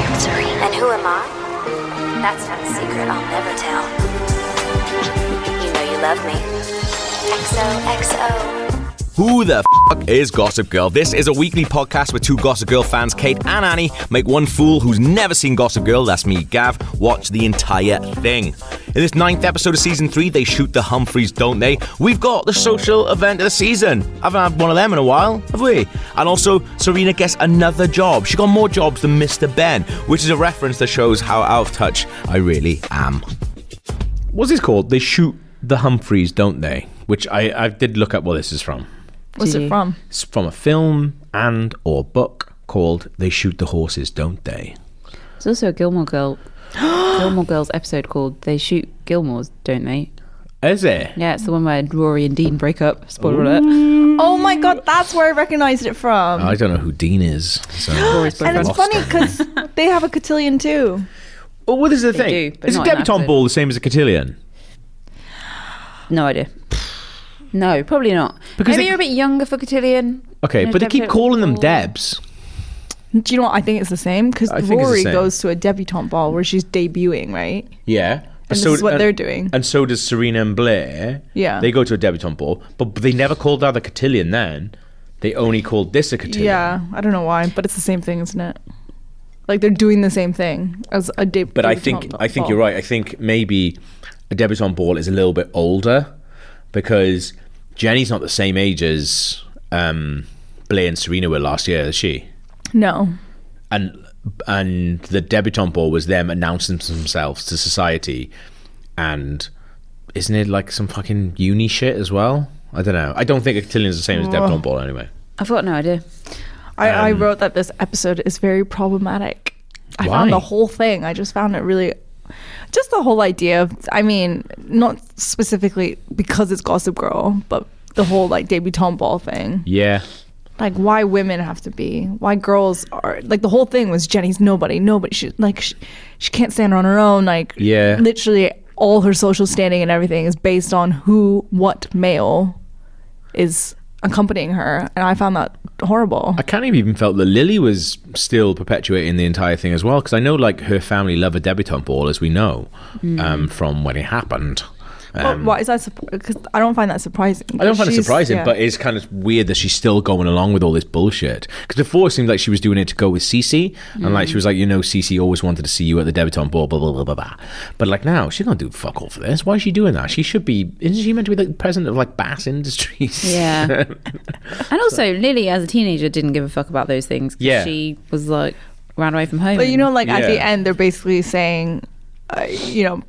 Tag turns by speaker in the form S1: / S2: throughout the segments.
S1: And who am I? That's not a secret I'll never tell. You know you love me. XOXO.
S2: Who the f is Gossip Girl? This is a weekly podcast where two Gossip Girl fans, Kate and Annie, make one fool who's never seen Gossip Girl, that's me, Gav, watch the entire thing. In this ninth episode of season three, they shoot the Humphreys, don't they? We've got the social event of the season. Haven't had one of them in a while, have we? And also, Serena gets another job. She got more jobs than Mr. Ben, which is a reference that shows how out of touch I really am. What's this called? They shoot the Humphreys, don't they? Which I, I did look up what this is from.
S3: What's it from?
S2: It's from a film and or book called They Shoot the Horses, Don't They?
S4: There's also a Gilmore Girl, Gilmore Girls episode called "They Shoot Gilmores," don't they?
S2: Is it?
S4: Yeah, it's the one where Rory and Dean break up. Spoiler alert.
S3: Oh my god, that's where I recognised it from.
S2: I don't know who Dean is. So
S3: and it's
S2: Uh, Lost
S3: funny
S2: it.
S3: because they have a cotillion too.
S2: Well, this is the
S4: They
S2: thing.
S4: do, but
S2: Is a
S4: not in that
S2: debutante
S4: episode.
S2: ball the same as a cotillion?
S4: No idea. No, probably not.
S2: Because
S4: Maybe
S2: they-
S4: you're a bit younger for cotillion.
S2: Okay,
S4: No,
S2: but they keep
S4: debutante
S2: calling them
S4: ball.
S2: Debs.
S3: Do you know what? I think it's the same because
S2: I think it's the
S3: Rory
S2: same.
S3: goes to a debutante ball where she's debuting, right?
S2: Yeah.
S3: And this is what they're doing.
S2: And so does Serena and Blair.
S3: Yeah.
S2: They go to a debutante ball, but but they never called that a cotillion then. They only called this a cotillion.
S3: Yeah, I don't know why, but it's the same thing, isn't it? Like they're doing the same thing as a debut.
S2: But I think I think you're right. I think maybe a debutante ball is a little bit older because Jenny's not the same age as um, Blair and Serena were last year, is she?
S3: No,
S2: And and the debutante ball was them announcing themselves to society, and isn't it like some fucking uni shit as well? I don't know. I don't think a cotillion is the same as a debutante ball anyway.
S4: I've got no idea.
S3: I, I
S2: Um,
S3: wrote that this episode is very problematic. I found
S2: Why?
S3: the whole thing. I just found it really, just the whole idea of. I mean, not specifically because it's Gossip Girl, but the whole like debutante ball thing.
S2: Yeah,
S3: Like why women have to be, why girls are like the whole thing was Jenny's nobody, nobody. She like she, she can't stand on her own. Like
S2: Yeah.
S3: literally all her social standing and everything is based on who, what male is accompanying her, and I found that horrible.
S2: I kind of even felt that Lily was still perpetuating the entire thing as well because I know like her family love a debutante ball as we know
S3: Mm.
S2: um, from when it happened.
S3: Well, why is that? Because I don't find that surprising.
S2: Um, I don't find it
S3: She's-
S2: surprising,
S3: yeah.
S2: but it's kind of weird that she's still going along with all this bullshit. Because before it seemed like she was doing it to go with Cece, and like she
S3: Mm.
S2: was like, you know, Cece always wanted to see you at the debutante ball, blah blah blah blah blah. But like now, she's not doing fuck all for this. Why is she doing that? She should be. Isn't she meant to be the president of like Bass Industries?
S4: Yeah. and also, Lily, as a teenager, didn't give a fuck about those things. 'cause
S2: Yeah.
S4: She was like, ran away from home.
S3: But you know, like at the
S2: Yeah.
S3: end, they're basically saying, uh, you know,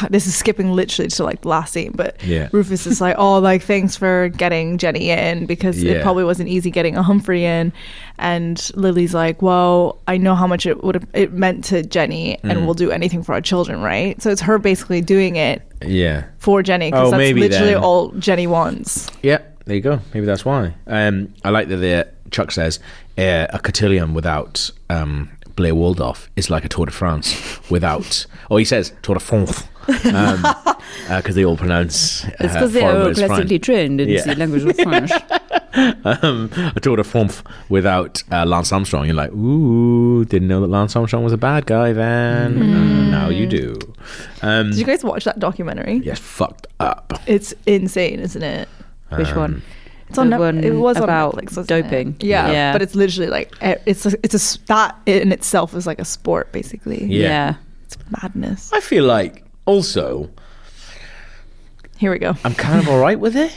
S3: this is skipping literally to like the last scene, but
S2: Yeah.
S3: Rufus is like, oh, like thanks for getting Jenny in because
S2: Yeah.
S3: it probably wasn't easy getting a Humphrey in, and Lily's like, well, I know how much it would have it meant to Jenny,
S2: Mm.
S3: and we'll do anything for our children, right? So it's her basically doing it
S2: Yeah.
S3: for Jenny because
S2: Oh,
S3: that's
S2: maybe
S3: literally
S2: then.
S3: all Jenny wants.
S2: Yeah, there you go. Maybe that's why. Um, I like that the Chuck says uh, a cotillion without um, Blair Waldorf is like a Tour de France without, or he says Tour de France because they all pronounce. Uh,
S4: it's because they
S2: foreign
S4: are all
S2: words fine.
S4: classically trained in
S2: Yeah.
S4: the language of French.
S2: Um, a Tour de France without uh, Lance Armstrong. You're like, ooh, didn't know that Lance Armstrong was a bad guy then.
S4: Mm-hmm.
S2: Uh, now you do. Um,
S3: Did you guys watch that documentary?
S2: yes, fucked up.
S3: It's insane, isn't it?
S4: Which
S2: Um,
S4: one?
S3: It's on
S4: The
S3: Net-
S4: one
S3: it was
S4: about
S3: on Netflix, wasn't
S4: doping.
S3: It? Yeah,
S4: Yeah.
S3: but it's literally like e- it's a, it's a s- that in itself is like a sport basically.
S2: Yeah.
S4: yeah.
S3: It's madness.
S2: I feel like also
S3: Here we go.
S2: I'm kind of all right with it.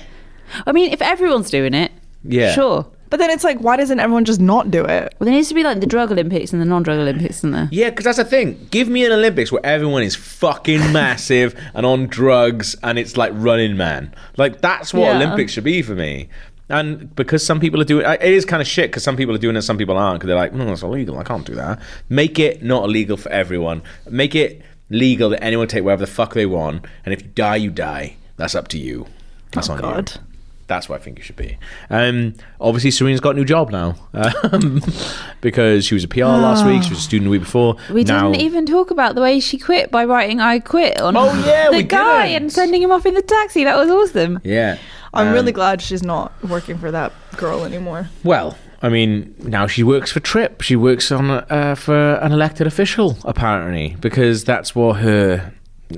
S4: I mean, if everyone's doing it,
S2: Yeah.
S4: sure.
S3: But then it's like, why doesn't everyone just not do it?
S4: Well, there needs to be like the drug Olympics and the non-drug Olympics, isn't there?
S2: Yeah, because that's the thing. Give me an Olympics where everyone is fucking massive and on drugs and it's like running man. Like, that's what
S3: Yeah.
S2: Olympics should be for me. And because some people are doing it is kind of shit because some people are doing it, some people aren't because they're like, no, that's illegal. I can't do that. Make it not illegal for everyone. Make it legal that anyone take whatever the fuck they want. And if you die, you die. That's up to you. That's on
S3: God.
S2: you. That's what I think it should be. Um, obviously, Serena's got a new job now um, because she was a PR last week. She was a student the week before.
S4: Ah. We
S2: now,
S4: didn't even talk about the way she quit by writing "I quit" on
S2: Oh, yeah,
S4: the
S2: we
S4: guy
S2: didn't.
S4: and sending him off in the taxi. That was awesome.
S2: Yeah.
S3: I'm
S2: Um,
S3: really glad she's not working for that girl anymore.
S2: Well, I mean, now she works for Trip. She works on uh, for an elected official apparently because that's what her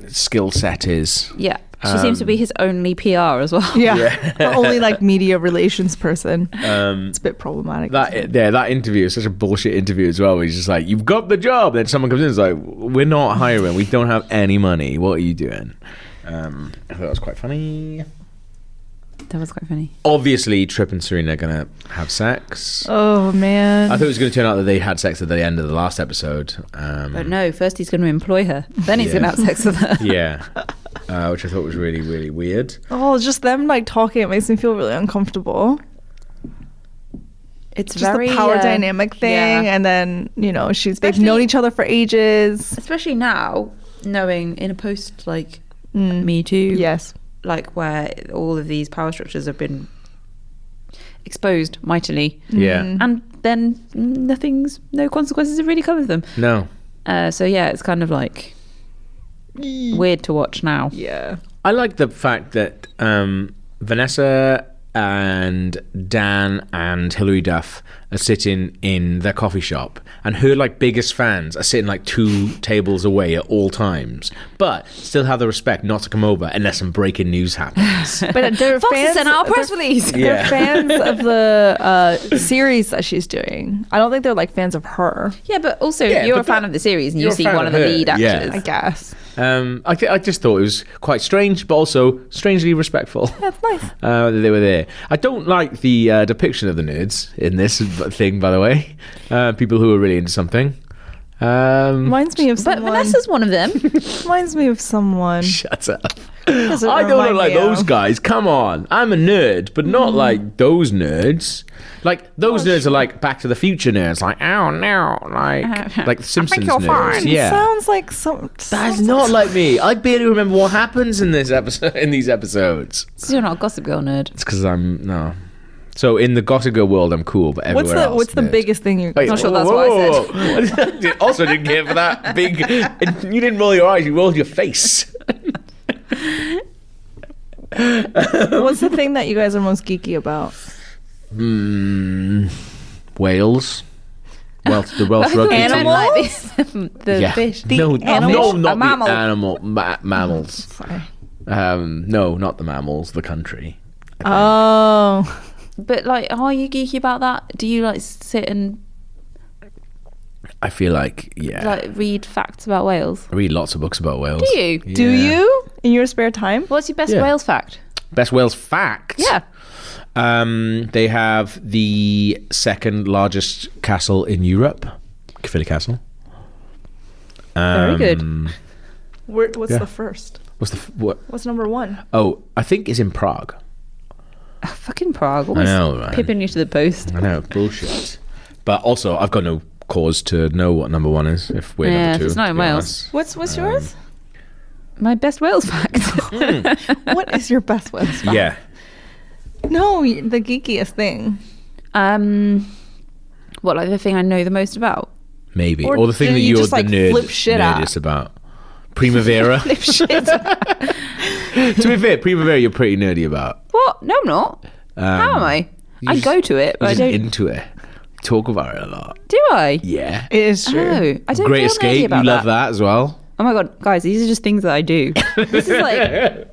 S2: skill set is.
S4: Yeah. She
S2: Um,
S4: seems to be his only PR as well.
S3: Yeah. The only like media relations person. it's a bit problematic.
S2: Um, That yeah, that interview is such a bullshit interview as well. where He's just like, "You've got the job." Then someone comes in, and is like, "We're not hiring. We don't have any money. What are you doing?" Um, I thought that was quite funny.
S4: That was quite funny.
S2: Obviously, Trip and Serena are gonna have sex.
S3: oh man.
S2: I thought it was going to turn out that they had sex at the end of the last episode. Um,
S4: But no, first he's going to employ her. Then he's
S2: Yeah.
S4: going to have sex with her.
S2: yeah, uh, which I thought was really really weird.
S3: oh, just them like talking it makes me feel really uncomfortable.
S4: It's
S3: Just
S4: very
S3: the power
S4: uh,
S3: dynamic thing,
S4: yeah.
S3: and then you know she's they've
S4: Especially-
S3: known each other for ages.
S4: especially now, knowing in a post like Me Too,
S3: Mm. Yes.
S4: like where all of these power structures have been exposed mightily,
S2: Yeah,
S4: Mm. and then nothing's no consequences have really come of them.
S2: no,
S4: Uh, so yeah, it's kind of like weird to watch now.
S3: Yeah.
S2: I like the fact that um, Vanessa and Dan and Hilary Duff are sitting in their coffee shop, and her like biggest fans are sitting like two tables away at all times, but still have the respect not to come over unless some breaking news happens.
S3: But they're
S4: Fox has
S3: fans.
S4: sent out a
S3: they're-
S4: press release.
S3: They're
S2: Yeah.
S3: fans of the uh, series that she's doing. I don't think they're like fans of her.
S4: Yeah, but also
S2: Yeah,
S4: you're
S2: but
S4: a fan
S2: that-
S4: of the series and you
S2: you're a
S4: see
S2: fan
S4: one
S2: of
S4: of, the
S2: her,
S4: lead
S2: yeah.
S4: actors.
S3: I guess.
S2: Um, I, th- I just thought it was quite strange, but also strangely respectful.
S3: That's nice.
S2: Uh, that they were there. I don't like the uh, depiction of the nerds in this b- thing, by the way. Uh, people who are really into something. Um,
S3: Reminds me of
S4: But
S3: someone.
S4: Vanessa's one of them.
S3: reminds me of someone.
S2: Shut up.
S3: doesn't
S2: I don't look
S3: remind
S2: like
S3: me
S2: those
S3: of- Mm-hmm.
S2: guys. Come on. I'm a nerd, but not like those nerds. Like
S3: Oh,
S2: those nerds are like Back to the Future nerds. Like, oh no,
S3: Uh-huh.
S2: like like Simpsons nerds. Yeah.
S3: Sounds like some.
S2: that's
S3: sounds
S2: not like me. I barely remember what happens in this episode in these episodes.
S4: so you're not a Gossip Girl nerd.
S2: It's because I'm no. So in the Gossip Girl world, I'm cool, but everywhere
S3: What's the
S2: else,
S3: What's the
S2: nerd.
S3: biggest thing you're?
S2: Wait,
S4: Not sure that's what I
S2: I said. also, didn't care for that big. You didn't roll your eyes; you rolled your face.
S3: What's the thing that you guys are most geeky about?
S2: Mm, Wales, Welsh, the Welsh rugby team.
S4: Animals? Like this- the
S2: Yeah.
S4: fish.
S2: no, no,
S4: animals?
S2: not
S4: A mammal.
S2: the uh, animal ma- mammals.
S3: Sorry.
S2: Um, no, not the mammals. The country.
S3: Oh,
S4: But like, are you geeky about that? Do you like sit and
S2: I feel like yeah.
S4: like read facts about Wales?
S2: I read lots of books about Wales.
S4: Do you?
S3: do
S2: Yeah.
S3: you in your spare time?
S4: What's your best
S2: Yeah.
S4: Wales fact?
S2: Best Wales fact.
S4: Yeah.
S2: Um, they have the second largest castle in Europe, Caerphilly Castle.
S4: Very good.
S2: Um,
S3: Where, what's
S2: Yeah.
S3: the first?
S2: What's the f- what?
S3: What's number one?
S2: Oh, I think it's in Prague.
S4: Fucking Prague. Always
S2: know, right?
S4: pipping you to the post.
S2: I know, bullshit. But also, I've got no cause to know what number one is if we're
S4: Yeah,
S2: number
S4: if
S2: two.
S4: it's not
S2: to
S4: in
S2: be
S4: Wales.
S2: honest.
S3: What's What's yours?
S4: My best Wales fact.
S2: Hmm.
S3: What is your best Wales? fact?
S2: Yeah.
S3: No, y- the geekiest thing.
S4: um, what like the thing I know the most about?
S2: Maybe. Or,
S3: Or
S2: the thing
S3: do
S2: that
S3: you
S2: you're
S3: just,
S2: the
S3: like,
S2: nerd,
S3: flip shit at?
S2: nerdist about. Primavera.
S4: Flip shit.
S2: to be fair, Primavera you're pretty nerdy about.
S4: what? No, I'm not.
S2: Um,
S4: How am I?
S2: you
S4: I
S2: just-
S4: go to it,
S2: You're
S4: but I
S2: just
S4: don't.
S2: into it. Talk about it a lot.
S4: do I?
S2: Yeah.
S3: It is true.
S4: No, I don't.
S2: Great
S4: feel nerdy
S2: Escape. You
S4: About
S2: love that as well.
S4: Oh my god, guys, these are just things that I do. this is like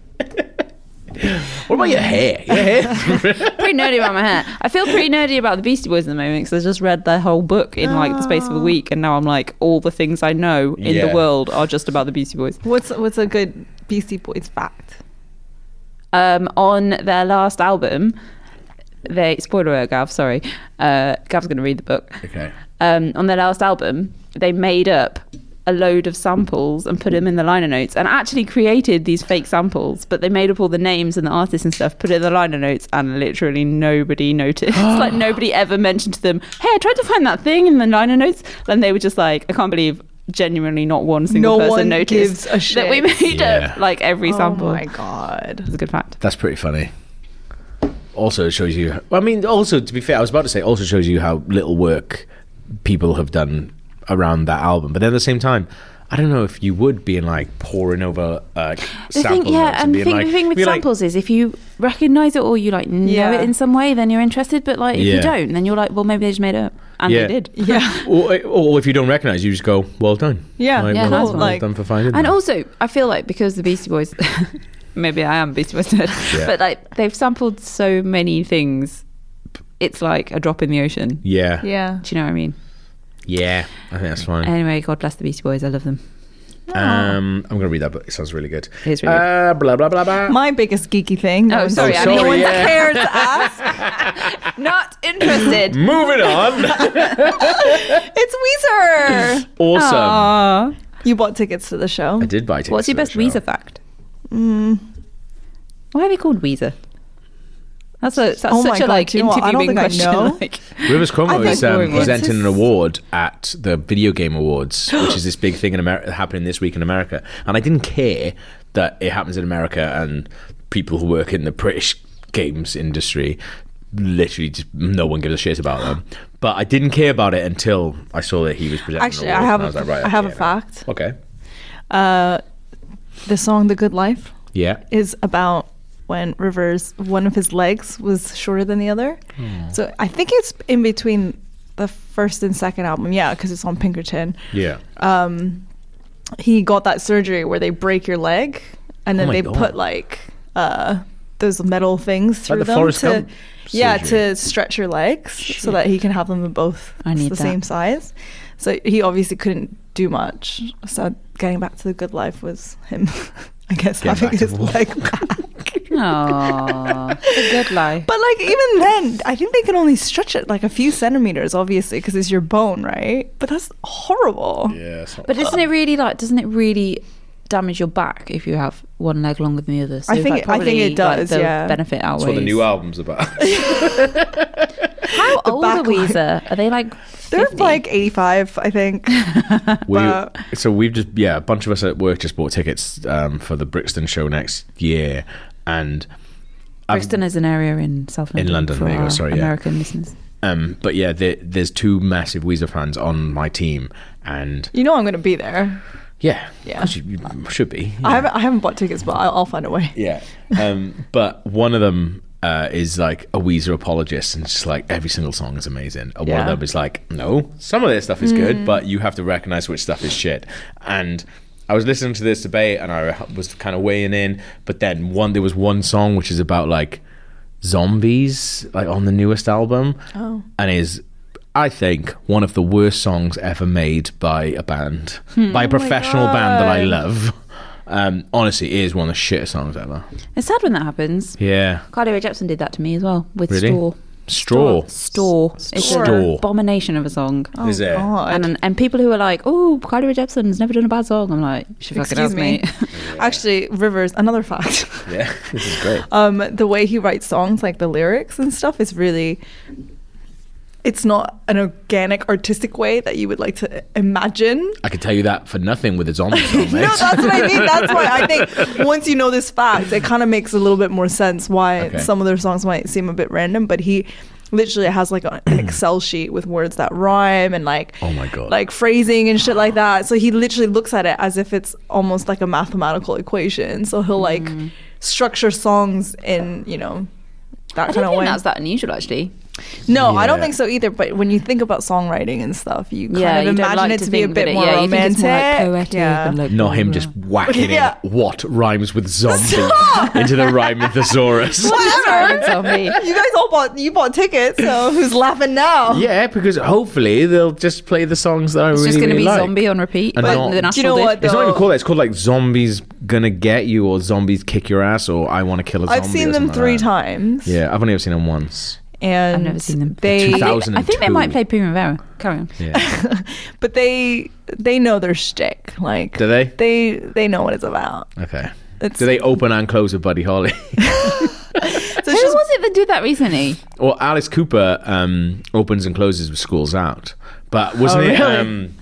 S2: What about your hair? Your hair?
S4: pretty nerdy about my hair. I feel pretty nerdy about the Beastie Boys at the moment because I just read their whole book in like the space of a week, and now I'm like, all the things I know in
S2: Ah. Yeah.
S4: the world are just about the Beastie Boys.
S3: What's What's a good BC Boys fact?
S4: Um, on their last album, they spoiler alert, Gav. Sorry, uh, Gav's going to read the book.
S2: okay.
S4: um, on their last album, they made up a load of samples and put them in the liner notes and actually created these fake samples, but they made up all the names and the artists and stuff, put it in the liner notes, and literally nobody noticed. like, nobody ever mentioned to them, hey, I tried to find that thing in the liner notes. And they were just like, I can't believe genuinely not one single
S3: No
S4: person
S3: one
S4: noticed
S3: gives a shit.
S4: that we made
S2: Yeah.
S4: up like every sample.
S3: Oh my god.
S4: That's a good fact.
S2: That's pretty funny. Also, it shows you. I mean, also to be fair, I was about to say, also shows you how little work people have done around that album. But then at the same time, I don't know if you would being like pouring over uh,
S4: The
S2: sample
S4: thing, yeah,
S2: notes
S4: and the
S2: being
S4: thing,
S2: like,
S4: the thing with
S2: be like,
S4: samples is if you recognise it or you like know
S3: Yeah.
S4: it in some way, then you're interested. But like if
S2: Yeah.
S4: you don't, then you're like, well, maybe they just made it up.
S5: And
S2: Yeah.
S5: they did.
S3: Yeah.
S2: or, or if you don't recognize, you just go, "Well done."
S3: Yeah,
S2: Like,
S4: yeah,
S2: well,
S4: that's
S2: done,
S4: one.
S2: well
S3: Like-
S2: done for finding.
S4: And
S2: that.
S4: also, I feel like because the Beastie Boys, maybe I am a Beastie Boys nerd,
S2: Yeah.
S4: but like they've sampled so many things, it's like a drop in the ocean.
S2: yeah, yeah,
S3: Yeah.
S4: Do you know what I mean?
S2: I think that's fine.
S4: Anyway, God bless the Beastie Boys. I love them.
S3: Ah.
S2: Um, I'm gonna read that book. It sounds really good.
S4: It is really good.
S2: Uh, blah blah blah blah.
S3: My biggest geeky thing. that
S4: Oh,
S3: was-
S4: sorry,
S2: Oh,
S4: I
S2: sorry,
S4: no one's
S2: yeah.
S4: here to ask. Not interested.
S2: Moving on.
S3: It's Weezer.
S2: awesome.
S4: Aww.
S3: you bought tickets to the show.
S2: I did buy tickets.
S4: What's your
S2: to that
S4: best
S2: show.
S4: Weezer fact?
S3: Mm.
S4: Why are they called Weezer? That's a that's
S3: Oh my
S4: such a
S3: God,
S4: like
S3: do you know what? I don't
S4: interviewing
S3: think I
S4: question.
S3: know.
S4: Like,
S2: Rivers Cuomo
S4: think
S2: is um,
S4: boring ones.
S2: presenting an award at the Video Game Awards, which is this big thing in America happening this week in America. And I didn't care that it happens in America and people who work in the British games industry literally just, no one gives a shit about them. But I didn't care about it until I saw that he was presenting. an
S3: Actually, I
S2: award,
S3: have
S2: and was
S3: a-
S2: like, right,
S3: I have a
S2: okay,
S3: fact.
S2: Okay.
S3: Uh, the song "The Good Life"
S2: Yeah.
S3: is about when Rivers one of his legs was shorter than the other.
S2: Hmm.
S3: So I think it's in between the first and second album. Yeah, because it's on Pinkerton.
S2: Yeah.
S3: um, he got that surgery where they break your leg and then
S2: Oh my
S3: they
S2: God.
S3: put like uh, those metal things through
S2: the
S3: them
S2: Forrest
S3: to
S2: Gump
S3: yeah
S2: surgery.
S3: to stretch your legs so that he can have them both
S4: I need
S3: the
S4: that.
S3: same size. So he obviously couldn't do much. So getting back to the good life was him, I guess,
S2: Getting
S3: having
S2: back to
S3: his
S2: the
S3: leg back.
S4: Aw, a good life.
S3: But like even then, I think they can only stretch it like a few centimeters, obviously, because it's your bone, right? But that's horrible.
S2: Yeah.
S4: But isn't it really like? Doesn't it really damage your back if you have one leg longer than the other? So
S3: I think
S4: like,
S3: it- I think
S4: probably,
S3: it
S4: like,
S3: does,
S4: the
S3: yeah.
S4: benefit outweighs.
S2: that's what the new album's about.
S4: How old are
S3: back line.
S4: Weezer? Are they like?
S3: They're
S4: 50?
S3: like 85, I think.
S2: We,
S3: But-
S2: so we've just yeah, a bunch of us at work just bought tickets um, for the Brixton show next year, and
S4: Brixton is an area in South London.
S2: Um, London,
S4: for
S2: there you go,
S4: our
S2: sorry, yeah.
S4: American listeners.
S2: um, but yeah, there, there's two massive Weezer fans on my team, and
S3: You know I'm going to be there.
S2: yeah,
S3: Yeah.
S2: actually, you, should be.
S3: I haven't I haven't bought tickets, but I'll, I'll find a way.
S2: Yeah. Um, but one of them uh, is like a Weezer apologist and it's just like every single song is amazing. And one of
S3: Yeah.
S2: them is like, no, some of their stuff is
S3: Hmm.
S2: good, but you have to recognize which stuff is shit. And I was listening to this debate and I was kind of weighing in, but then one there was one song which is about like zombies, like on the newest album, oh. and is I think one of the worst songs ever made by a band,
S3: Hmm.
S2: by a
S3: Oh
S2: professional band that I love. Um, honestly, it is one of the shittest songs ever.
S4: It's sad when that happens.
S2: Yeah.
S4: Carly Rae Jepsen did that to me as well with
S2: Really?
S4: Store.
S2: Straw.
S4: Store. It's an
S2: Store.
S4: abomination of a song.
S2: is it?
S3: Oh, God.
S4: And, and people who are like, oh, Carly Rae Jepsen's never done a bad song. I'm like, she fucking
S3: Excuse
S4: has me.
S3: me. Actually, Rivers, another fact.
S2: Yeah. This is great.
S3: Um, the way he writes songs, like the lyrics and stuff, is really. It's not an organic, artistic way that you would like to imagine.
S2: I could tell you that for nothing with a zombie song, mate.
S3: No, that's what I mean. That's why I think once you know this fact, it kind of makes a little bit more sense why
S2: Okay.
S3: some of their songs might seem a bit random. But he literally has like a- an Excel sheet with words that rhyme and like
S2: Oh my God.
S3: like phrasing and shit like that. So he literally looks at it as if it's almost like a mathematical equation. So he'll like
S2: Mm-hmm.
S3: structure songs in you know that
S4: I
S3: kind
S4: don't
S3: of
S4: think
S3: way.
S4: that's that unusual, actually.
S3: no, I don't
S2: Yeah.
S3: think so either. But when you think about songwriting and stuff, you kind
S4: Yeah,
S3: of
S4: you don't
S3: imagine
S4: like
S3: it
S4: to
S3: to, be a
S4: think that
S3: bit
S4: it-
S3: more
S4: yeah, you
S3: romantic.
S4: think it's more, like, poetic
S3: yeah.
S4: and, like,
S2: Not him
S4: blah,
S2: just
S4: blah.
S2: whacking
S3: Yeah.
S2: in what rhymes with zombie into the rhyme of thesaurus.
S3: Whatever.
S4: Zombie.
S3: You guys all bought you bought tickets, so who's laughing now?
S2: Yeah, because hopefully they'll just play the songs that I
S4: It's
S2: really,
S4: just going to
S2: really
S4: be
S2: like.
S4: zombie on repeat.
S2: And
S4: but
S2: not-
S4: the national
S3: Do you know
S4: did.
S3: what?
S2: It's not even
S3: though.
S2: called that. It's called like zombies gonna get you or zombies kick your ass or I want to kill a zombie.
S3: I've
S2: or
S3: seen them
S2: something like
S3: three
S2: that.
S3: times.
S2: Yeah, I've only ever seen them once.
S3: and
S4: I've never seen them.
S3: They,
S4: I think, I
S2: 2002.
S4: think they might play Primavera. Carry on.
S2: Yeah.
S3: but they they know their shtick. Like,
S2: Do they?
S3: They they know what it's about.
S2: Okay.
S3: It's,
S2: Do they open and close with Buddy Holly?
S3: so
S4: Who
S3: it's just-
S4: was it that did that recently?
S2: Well, Alice Cooper um, opens and closes with Schools Out, but wasn't
S3: Oh,
S2: it?
S3: really?
S2: Um,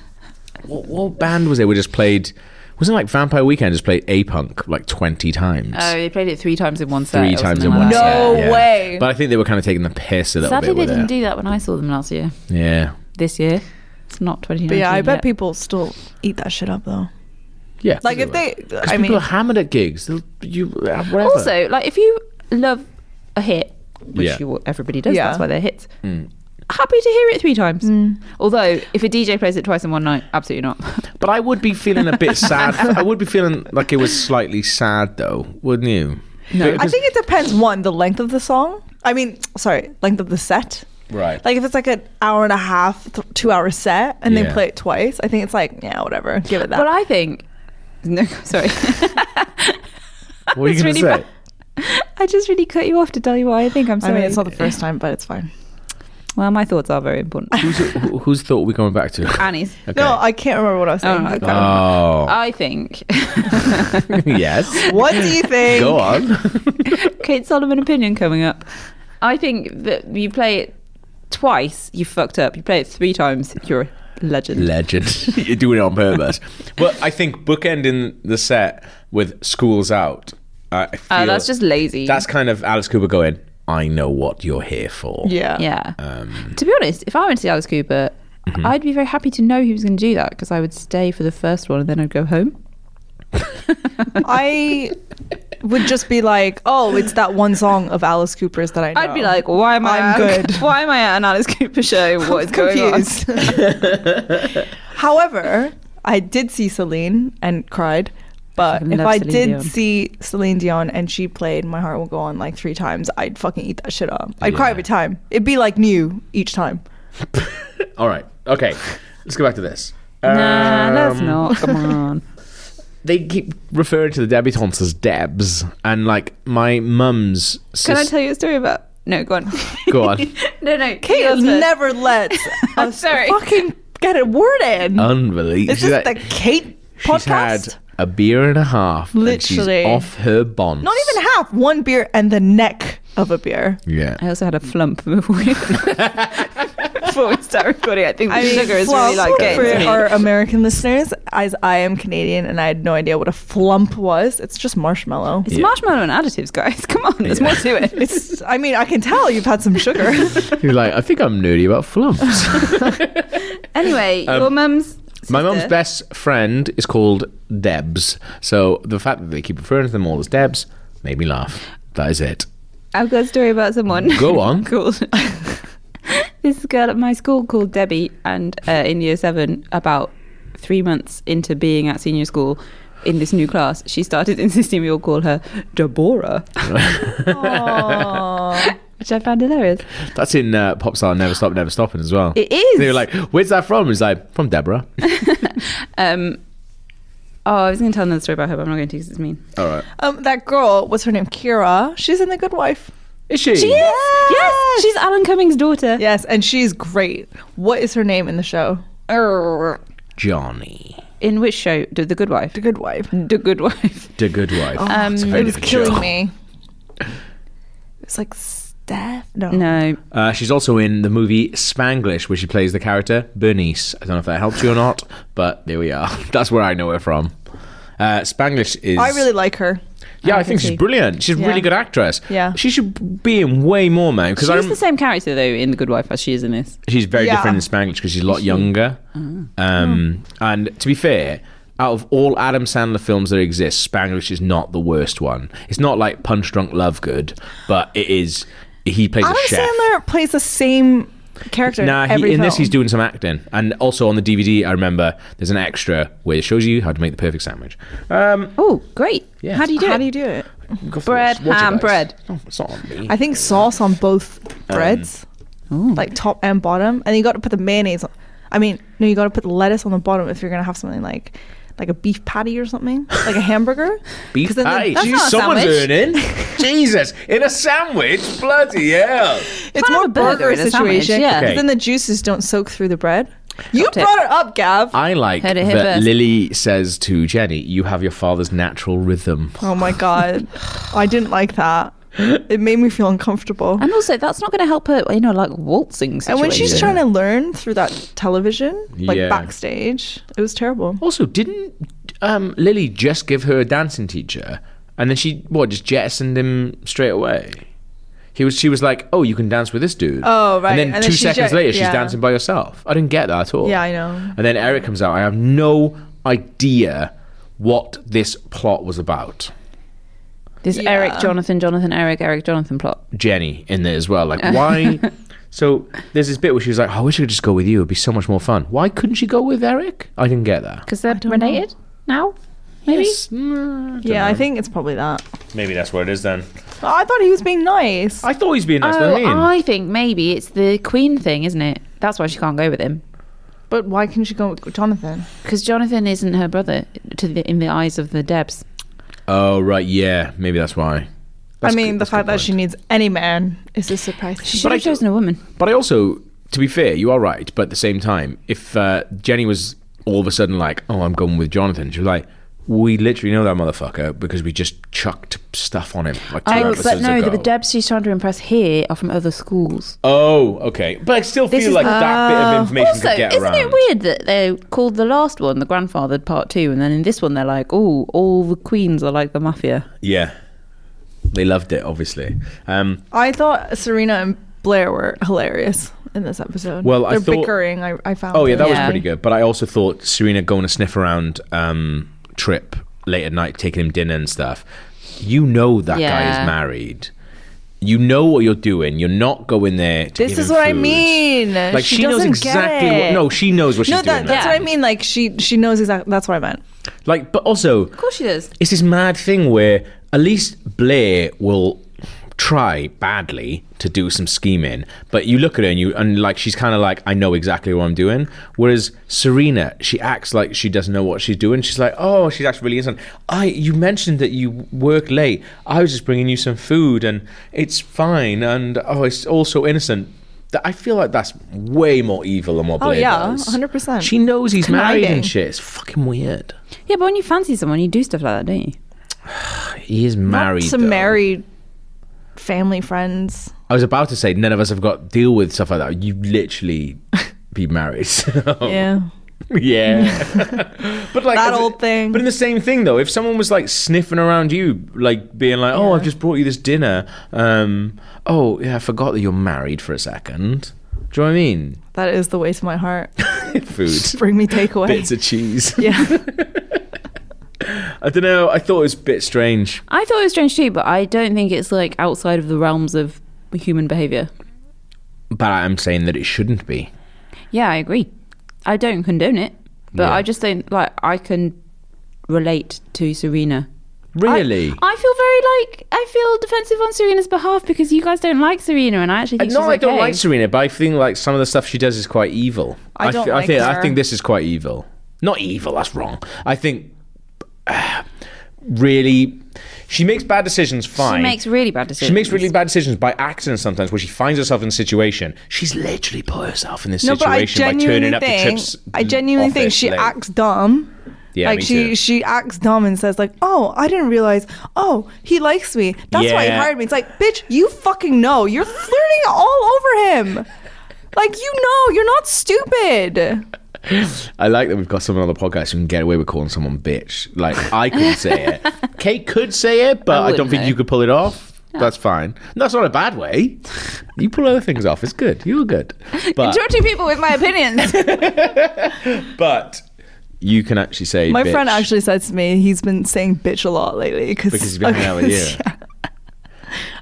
S2: what, what band was it? We just played. Wasn't it like Vampire Weekend just played A Punk like twenty times,
S4: Oh, they played it three times in one set.
S2: three
S4: or
S2: times in
S4: something
S2: one
S4: like that.
S2: set.
S3: No way.
S2: But I think they were kind of taking the piss a little
S4: Sadly,
S2: bit
S4: they
S2: with
S4: didn't
S2: it.
S4: do that when I saw them last year.
S2: yeah,
S4: This year, it's not 2019.
S3: but yeah, I bet
S4: yet.
S3: people still eat that shit up though.
S2: Yeah,
S3: Like, if
S2: will.
S3: they-
S2: 'Cause
S3: I
S2: people
S3: mean-
S2: are hammered at gigs. They'll, you uh, whatever.
S4: Also, like if you love a hit, which
S2: Yeah. Hmm.
S4: you, everybody does,
S3: Yeah.
S4: that's why they're hits. Happy to hear it three times. Although, if a DJ plays it twice in one night, absolutely not.
S2: but I would be feeling a bit sad. I would be feeling like it was slightly sad, though, wouldn't you? No,
S3: I think it depends. One, the length of the song. I mean, sorry, length of the set.
S2: right.
S3: Like if it's like an hour and a half, th- two hour set, and
S2: Yeah.
S3: they play it twice, I think it's like yeah, whatever, give it that.
S4: Well, I think. No, sorry.
S2: what are you
S4: it's
S2: going to
S4: really
S2: say?
S4: bad. I just really cut you off to tell you why I think I'm
S3: I
S4: sorry.
S3: mean, it's not the first time, but it's fine.
S4: well, my thoughts are very important.
S2: Who's it, Oh. who, whose thought are we going back to?
S4: Annie's.
S2: Okay.
S3: No, I can't remember what I was saying.
S4: Oh, okay.
S2: oh,
S4: I think
S2: yes.
S3: What do you think?
S2: Go on.
S4: Kate Solomon opinion coming up. I think that you play it twice, you fucked up. You play it three times, you're a legend.
S2: Legend. You're doing it on purpose. but I think bookending the set with Schools Out, I I feel.
S4: Uh, that's just lazy.
S2: That's kind of Alice Cooper going, I know what you're here for. Um,
S3: Yeah.
S4: yeah. to be honest, if I went to see Alice Cooper,
S2: Mm-hmm.
S4: I'd be very happy to know he was going to do that because I would stay for the first one and then I'd go home.
S3: I would just be like, oh, it's that one song of Alice Cooper's that I know.
S4: I'd be like, why am I?
S3: I'm
S4: at-
S3: good.
S4: Why am I at an Alice Cooper show? What is going on?
S3: confused. However, I did see Celine and cried. But
S4: fucking
S3: if
S4: love
S3: I
S4: Celine
S3: did
S4: Dion.
S3: see Celine Dion and she played My Heart Will Go On like three times, I'd fucking eat that shit up. I'd cry every time. It'd be like new each time.
S2: All right. Okay. Let's go back to this.
S4: Nah, that's
S2: Um,
S4: not. Come on.
S2: They keep referring to the debutantes as Debs, and like my mum's
S4: Can I
S2: sis-
S4: tell you a story about? No, go on.
S2: Go on.
S4: no, no.
S3: Kate
S4: yours first.
S3: never lets
S4: I'm
S3: us
S4: sorry.
S3: fucking get a word in.
S2: Unbelievable.
S3: Is this the Kate
S2: Uh, she's
S3: podcast?
S2: had a beer and a half. and she's
S3: Literally.
S2: off her bonds.
S3: Not even half. One beer and the neck of a beer.
S2: Yeah.
S4: I also had a flump before we, before we start recording. I think the sugar is really
S3: flump
S4: like
S3: for
S4: getting to me.
S3: our American listeners, as I am Canadian and I had no idea what a flump was. It's just marshmallow.
S4: It's marshmallow and additives, guys. Come on, there's more to it.
S3: It's. I mean, I can tell you've had some sugar.
S2: You're like, I think I'm nerdy about flumps.
S4: Anyway, your mum's.
S2: Um, My
S4: sister-
S2: mum's best friend is called Debs. So the fact that they keep referring to them all as Debs made me laugh. That is it.
S4: I've got a story about someone.
S2: Go on.
S4: called this girl at my school called Debbie, and uh, in year seven, about three months into being at senior school. In this new class, she started insisting we all call her Deborah, which I found hilarious.
S2: That's in uh, Popstar Never Stop Never Stopping as well.
S4: It is.
S2: They were like, where's that from? He's like, from Deborah.
S4: Um, oh, I was going to tell another story about her, but I'm not going to because it's mean.
S2: All right.
S3: um, that girl, what's her name? Kira. She's in The Good Wife.
S2: Is she?
S4: She is. Yes, she's Alan Cummings' daughter.
S3: Yes, and she's great. What is her name in the show?
S4: Err.
S2: Johnny.
S4: In which show? The The Good Wife.
S3: The Good Wife.
S4: The Good Wife.
S2: The Good Wife.
S4: Um,
S2: It's a very
S3: It was
S2: different
S3: killing
S2: show.
S3: me. It's like Steph. No.
S4: No,
S2: Uh, she's also in the movie Spanglish, where she plays the character Bernice. I don't know if that helps you or not, but there we are. That's where I know her from. Uh, Spanglish is.
S3: I really like her.
S2: yeah, I,
S4: I
S2: think
S4: can
S2: she's
S4: see.
S2: brilliant. She's a really
S3: Yeah.
S2: good actress.
S3: Yeah.
S2: she should be in way more, man. Because
S4: she's
S2: I'm.
S4: the same character though in The Good Wife as she is in this.
S2: she's very
S3: Yeah. Mm.
S2: different in Spanglish because she's a lot younger. Um, and to be fair, out of all Adam Sandler films that exist, Spanglish is not the worst one. It's not like Punch Drunk Love Good, but it is. He plays
S3: Adam
S2: a chef.
S3: Sandler plays the same character.
S2: Nah,
S3: in
S2: he, in
S3: every
S2: this
S3: film.
S2: he's doing some acting, and also on the DVD, I remember there's an extra where it shows you how to make the perfect sandwich. Um,
S4: Oh, great!
S2: Yeah.
S4: How do you do
S3: How
S4: it?
S3: do you do it?
S2: go for
S4: Bread,
S2: it. Watch it,
S4: ham,
S2: guys.
S4: bread.
S2: Oh, it's not on me.
S3: I think sauce on both
S2: Um,
S3: breads, like top and bottom, and you got to put the mayonnaise. on I mean, no, you got to put the lettuce on the bottom if you're gonna have something like, like a beef patty or something, like a hamburger.
S2: Beef
S3: 'Cause then the-
S2: patty.
S3: that's not a
S2: Someone's
S3: sandwich.
S2: earning. Jesus, in a sandwich, bloody hell.
S3: It's
S4: Kind
S3: more
S4: of a burger
S3: burger
S4: in a sandwich,
S3: situation.
S4: yeah.
S2: Okay.
S3: But then the juices don't soak through the bread. You
S4: Top tip.
S3: brought it up, Gav.
S2: I like
S4: Heard
S2: that
S4: it here first.
S2: Lily says to Jenny, "You have your father's natural rhythm."
S3: oh my god, I didn't like that. It made me feel uncomfortable.
S4: And also, that's not going to help her. You know, like waltzing situation.
S3: And when she's trying to learn through that television, like
S2: Yeah.
S3: backstage, it was terrible.
S2: Also, didn't um, Lily just give her a dancing teacher, and then she what just jettisoned him straight away? He was. She was like, "Oh, you can dance with this dude."
S3: Oh, right.
S2: And then
S3: And then
S2: two
S3: she
S2: seconds
S3: jet-
S2: later, she's
S3: yeah.
S2: dancing by herself. I didn't get that at all.
S3: Yeah, I know.
S2: And then Eric comes out. I have no idea what this plot was about.
S4: This
S3: Yeah.
S4: Eric, Jonathan, Jonathan, Eric, Eric, Jonathan plot.
S2: Jenny in there as well. Like, why? so there's this bit where she was like, oh, "I wish I could just go with you. It'd be so much more fun." Why couldn't she go with Eric? I didn't get that.
S4: Because they're related now, maybe?
S2: Yes. Mm,
S3: Yeah, I think it's probably that.
S2: maybe that's what it is then.
S3: Oh, I thought he was being nice.
S2: I thought he's being nice.
S4: oh,
S2: I, mean.
S4: I think maybe it's the queen thing, isn't it? That's why she can't go with him.
S3: But why couldn't she go with Jonathan?
S4: Because Jonathan isn't her brother to the, in the eyes of the Debs.
S2: oh right, yeah, maybe that's why. That's
S3: I mean,
S2: good-
S3: the
S2: that's
S3: fact
S2: good
S3: that she
S2: point.
S3: needs any man is a surprise.
S4: She should have chosen a woman.
S2: But I also, to be fair, you are right. But at the same time, if uh, Jenny was all of a sudden like, "Oh, I'm going with Jonathan," she was like. We literally know that motherfucker because we just chucked stuff on him. Like two
S4: Oh,
S2: episodes
S4: but no,
S2: ago.
S4: the Debs she's trying to impress here are from other schools.
S2: Oh, okay. But I still feel
S4: is-
S2: like that bit
S3: Ah.
S2: of information
S4: Also,
S2: could get
S4: isn't
S2: around.
S4: it weird that they called the last one the grandfathered part two, and then in this one they're like, "Oh, all the queens are like the mafia."
S2: Yeah. They loved it, obviously. Um,
S3: I thought Serena and Blair were hilarious in this episode.
S2: Well, I
S3: they're
S2: thought-
S3: bickering. I, I found.
S2: oh, yeah, that was
S4: Yeah.
S2: pretty good. But I also thought Serena going to sniff around um, Trip late at night, taking him dinner and stuff. You know that guy
S4: Yeah.
S2: is married. You know what you're doing. You're not going there. To
S3: This
S2: give
S3: is
S2: him
S3: what I
S2: food.
S3: mean.
S2: Like she,
S3: She
S2: knows
S3: doesn't get
S2: exactly. What,
S3: it.
S2: no, she knows what
S3: no,
S2: she's
S3: that,
S2: doing.
S3: that's
S2: now.
S3: what I mean. Like she, she knows exactly. That's what I meant.
S2: Like, but also,
S4: Of course she does.
S2: it's this mad thing where at least Blair will try badly to do some scheming, but you look at her and you and like she's kind of like I know exactly what I'm doing. Whereas Serena, she acts like she doesn't know what she's doing. She's like, oh, she's actually really innocent. I you mentioned that you work late. I was just bringing you some food and it's fine and oh, it's also innocent. That- I feel like that's way more evil than what
S3: Oh,
S2: Blair
S3: yeah,
S2: does.
S3: 100%.
S2: She knows he's married
S3: Conniving.
S2: and shit. It's fucking weird.
S4: Yeah, but when you fancy someone, you do stuff like that, don't you?
S2: He is married.
S3: Not to
S2: though.
S3: married family friends.
S2: I was about to say none of us have got deal with stuff like that. You literally be married. So,
S3: Yeah.
S2: yeah. but like
S3: That
S2: as a-
S3: old thing.
S2: But in the same thing though, if someone was like sniffing around you, like being like, "Oh, I've just brought you this dinner." Um, oh yeah, I forgot that you're married for a second. Do you know what I mean?
S3: That is the way to my heart.
S2: Food,
S3: Bring me takeaway.
S2: bits of cheese.
S3: yeah.
S2: I don't know. I thought it was a bit strange.
S4: I thought it was strange too, but I don't think it's like outside of the realms of human behavior.
S2: But I'm saying that it shouldn't be.
S4: Yeah, I agree. I don't condone it, but
S2: Yeah.
S4: I just think like I can relate to Serena.
S2: Really?
S4: I feel very like I feel defensive on Serena's behalf because you guys don't like Serena, and I actually think
S2: Uh, no,
S4: she's
S2: I don't
S4: okay.
S2: like Serena, but I think like some of the stuff she does is quite evil.
S3: I
S2: f-
S3: don't
S2: I
S3: like
S2: think I
S3: her.
S2: think this is quite evil. Not evil. That's wrong. I think uh, really, she makes bad decisions. Fine.
S4: She makes really bad decisions.
S2: She makes really bad decisions by accident sometimes, where she finds herself in a situation. She's literally put herself in this
S3: No, but I
S2: situation by
S3: genuinely
S2: turning up the
S3: think
S2: trips.
S3: I genuinely think
S2: office
S3: she
S2: late.
S3: acts dumb.
S2: Yeah,
S3: like
S2: me
S3: she
S2: too.
S3: she acts dumb and says like, "Oh, I didn't realize. Oh, he likes me. That's why he
S2: Yeah.
S3: hired me." It's like, "Bitch, you fucking know. You're flirting all over him." Like you know, you're not stupid.
S2: I like that we've got someone on the podcast who can get away with calling someone bitch. Like I could say it. Kate could say it, but I, don't
S4: wouldn't,
S2: think
S4: though.
S2: you could pull it off. That's fine. That's not a bad way. You pull other things off. It's good. You're good. But
S4: Interrupting people with my opinions.
S2: but you can actually say
S3: My
S2: bitch
S3: friend actually said to me, he's been saying bitch a lot lately
S2: because he's been hanging out with you. Yeah,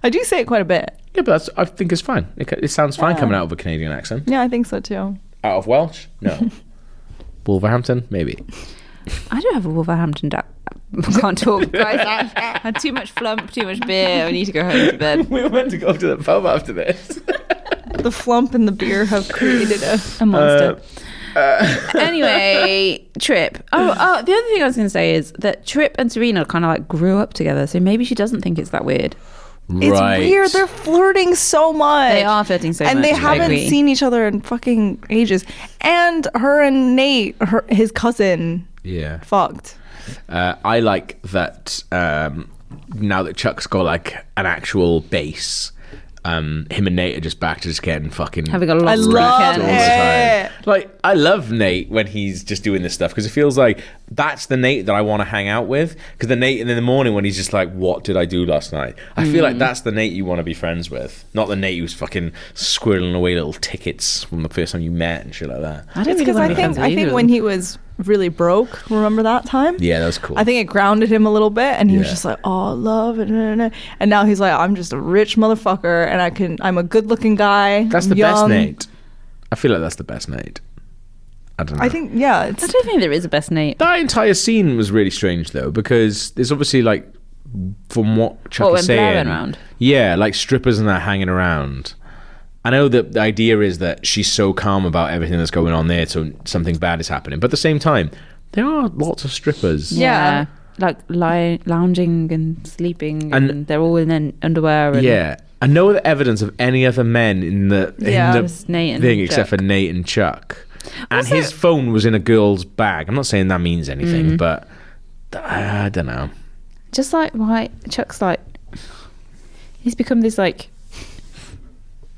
S3: I do say it quite a bit.
S2: but that's, I think it's fine. It, it sounds fine coming out of a Canadian accent.
S3: Yeah, I think so too.
S2: Out of Welsh, no. Wolverhampton, maybe.
S4: I don't have a Wolverhampton duck. I can't talk, guys. I had too much flump, too much beer. I need to go home to bed.
S2: We were meant to go to the pub after this.
S3: The flump and the beer have created a.
S4: A
S2: Uh,
S4: monster. anyway, Trip. Oh, oh, the other thing I was going to say is that Trip and Serena kind of like grew up together, so maybe she doesn't think it's that weird.
S3: It's weird. They're flirting so much.
S4: They are flirting so
S3: and they
S4: much, I
S3: haven't
S4: agree.
S3: seen each other in fucking ages. And her and Nate, her his cousin,
S2: Yeah.
S3: fucked.
S2: Uh, I like that um, now that Chuck's got like an actual base, um, him and Nate are just back to just getting fucking
S4: Having a lot
S3: I
S4: of
S3: love
S2: all the
S4: weekend.
S2: time.
S3: it.
S2: Like I love Nate when he's just doing this stuff because it feels like that's the Nate that I want to hang out with. Because the Nate in the morning when he's just like, "What did I do last night?" I feel
S4: Mm.
S2: like that's the Nate you want to be friends with, not the Nate who's fucking squirreling away little tickets from the first time you met and shit like that.
S4: I don't
S3: It's
S4: really
S3: because
S4: want
S3: I
S4: to be friends
S3: think
S4: with
S3: I
S4: either
S3: think
S4: of
S3: when
S4: them.
S3: he was really broke. Remember that time?
S2: Yeah, that was cool.
S3: I think it grounded him a little bit, and he was
S2: Yeah.
S3: just like, "Oh, love," and, and, and and now he's like, "I'm just a rich motherfucker, and I can. I'm a good-looking guy.
S2: that's
S3: I'm
S2: the best
S3: young."
S2: Nate. I feel like that's the best Nate. I don't know.
S3: I think, yeah, it's
S4: I don't think there is a best Nate.
S2: that entire scene was really strange though because there's obviously like from what Chuck
S3: Oh,
S4: What,
S2: is
S4: when Blair
S2: saying,
S4: went round?
S2: yeah, like strippers and that hanging around. I know that the idea is that she's so calm about everything that's going on there, so something bad is happening. But at the same time, there are lots of strippers.
S3: Yeah.
S4: Like lying, lounging and sleeping, and,
S2: And-
S4: they're all in their underwear. And
S2: Yeah, and no other evidence of any other men in the in
S3: Yeah, it
S2: the
S4: was Nate and
S2: thing except for
S4: Chuck.
S2: Nate and Chuck. And his phone was in a girl's bag. I'm not saying that means anything,
S4: Mm.
S2: but th- I don't know.
S4: just like why Chuck's like he's become this like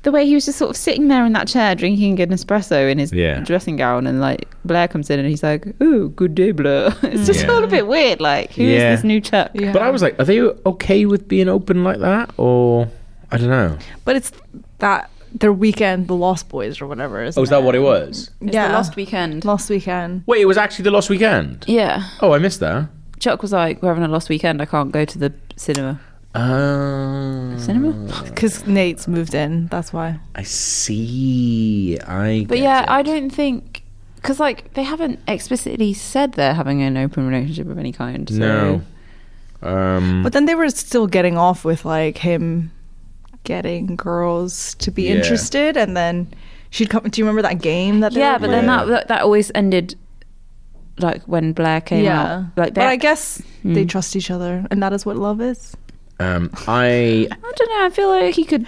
S4: the way he was just sort of sitting there in that chair drinking an espresso in his
S2: Yeah.
S4: dressing gown and like Blair comes in and he's like oh good day Blair it's just
S2: Yeah.
S4: all a bit weird like who is
S2: Yeah.
S4: this new Chuck
S3: yeah.
S2: But I was like, are they okay with being open like that, or I don't know?
S3: but it's that their weekend, the Lost Boys or whatever. Isn't it?
S2: it was?
S3: Yeah, Lost,
S4: weekend
S3: Weekend.
S2: Wait, it was actually the Lost Weekend.
S4: yeah
S2: Oh, I missed that.
S4: Chuck was like we're having a lost weekend I can't go to the cinema
S2: Oh,
S4: cinema
S3: Because Nate's moved in, that's why.
S2: I see. I.
S4: But
S2: get
S4: yeah,
S2: it.
S4: I don't think because like they haven't explicitly said they're having an open relationship of any kind. So.
S2: No. Um,
S3: But then they were still getting off with like him getting girls to be
S2: Yeah.
S3: interested, and then she'd come. Do you remember that game that? They
S4: Yeah,
S3: were
S4: but then
S2: Yeah.
S4: that, that that always ended like when Blair
S3: playing?
S4: came
S3: yeah.
S4: out. Like they,
S3: but I guess they trust each other, and that is what love is.
S2: um, I
S4: I don't know. I feel like he could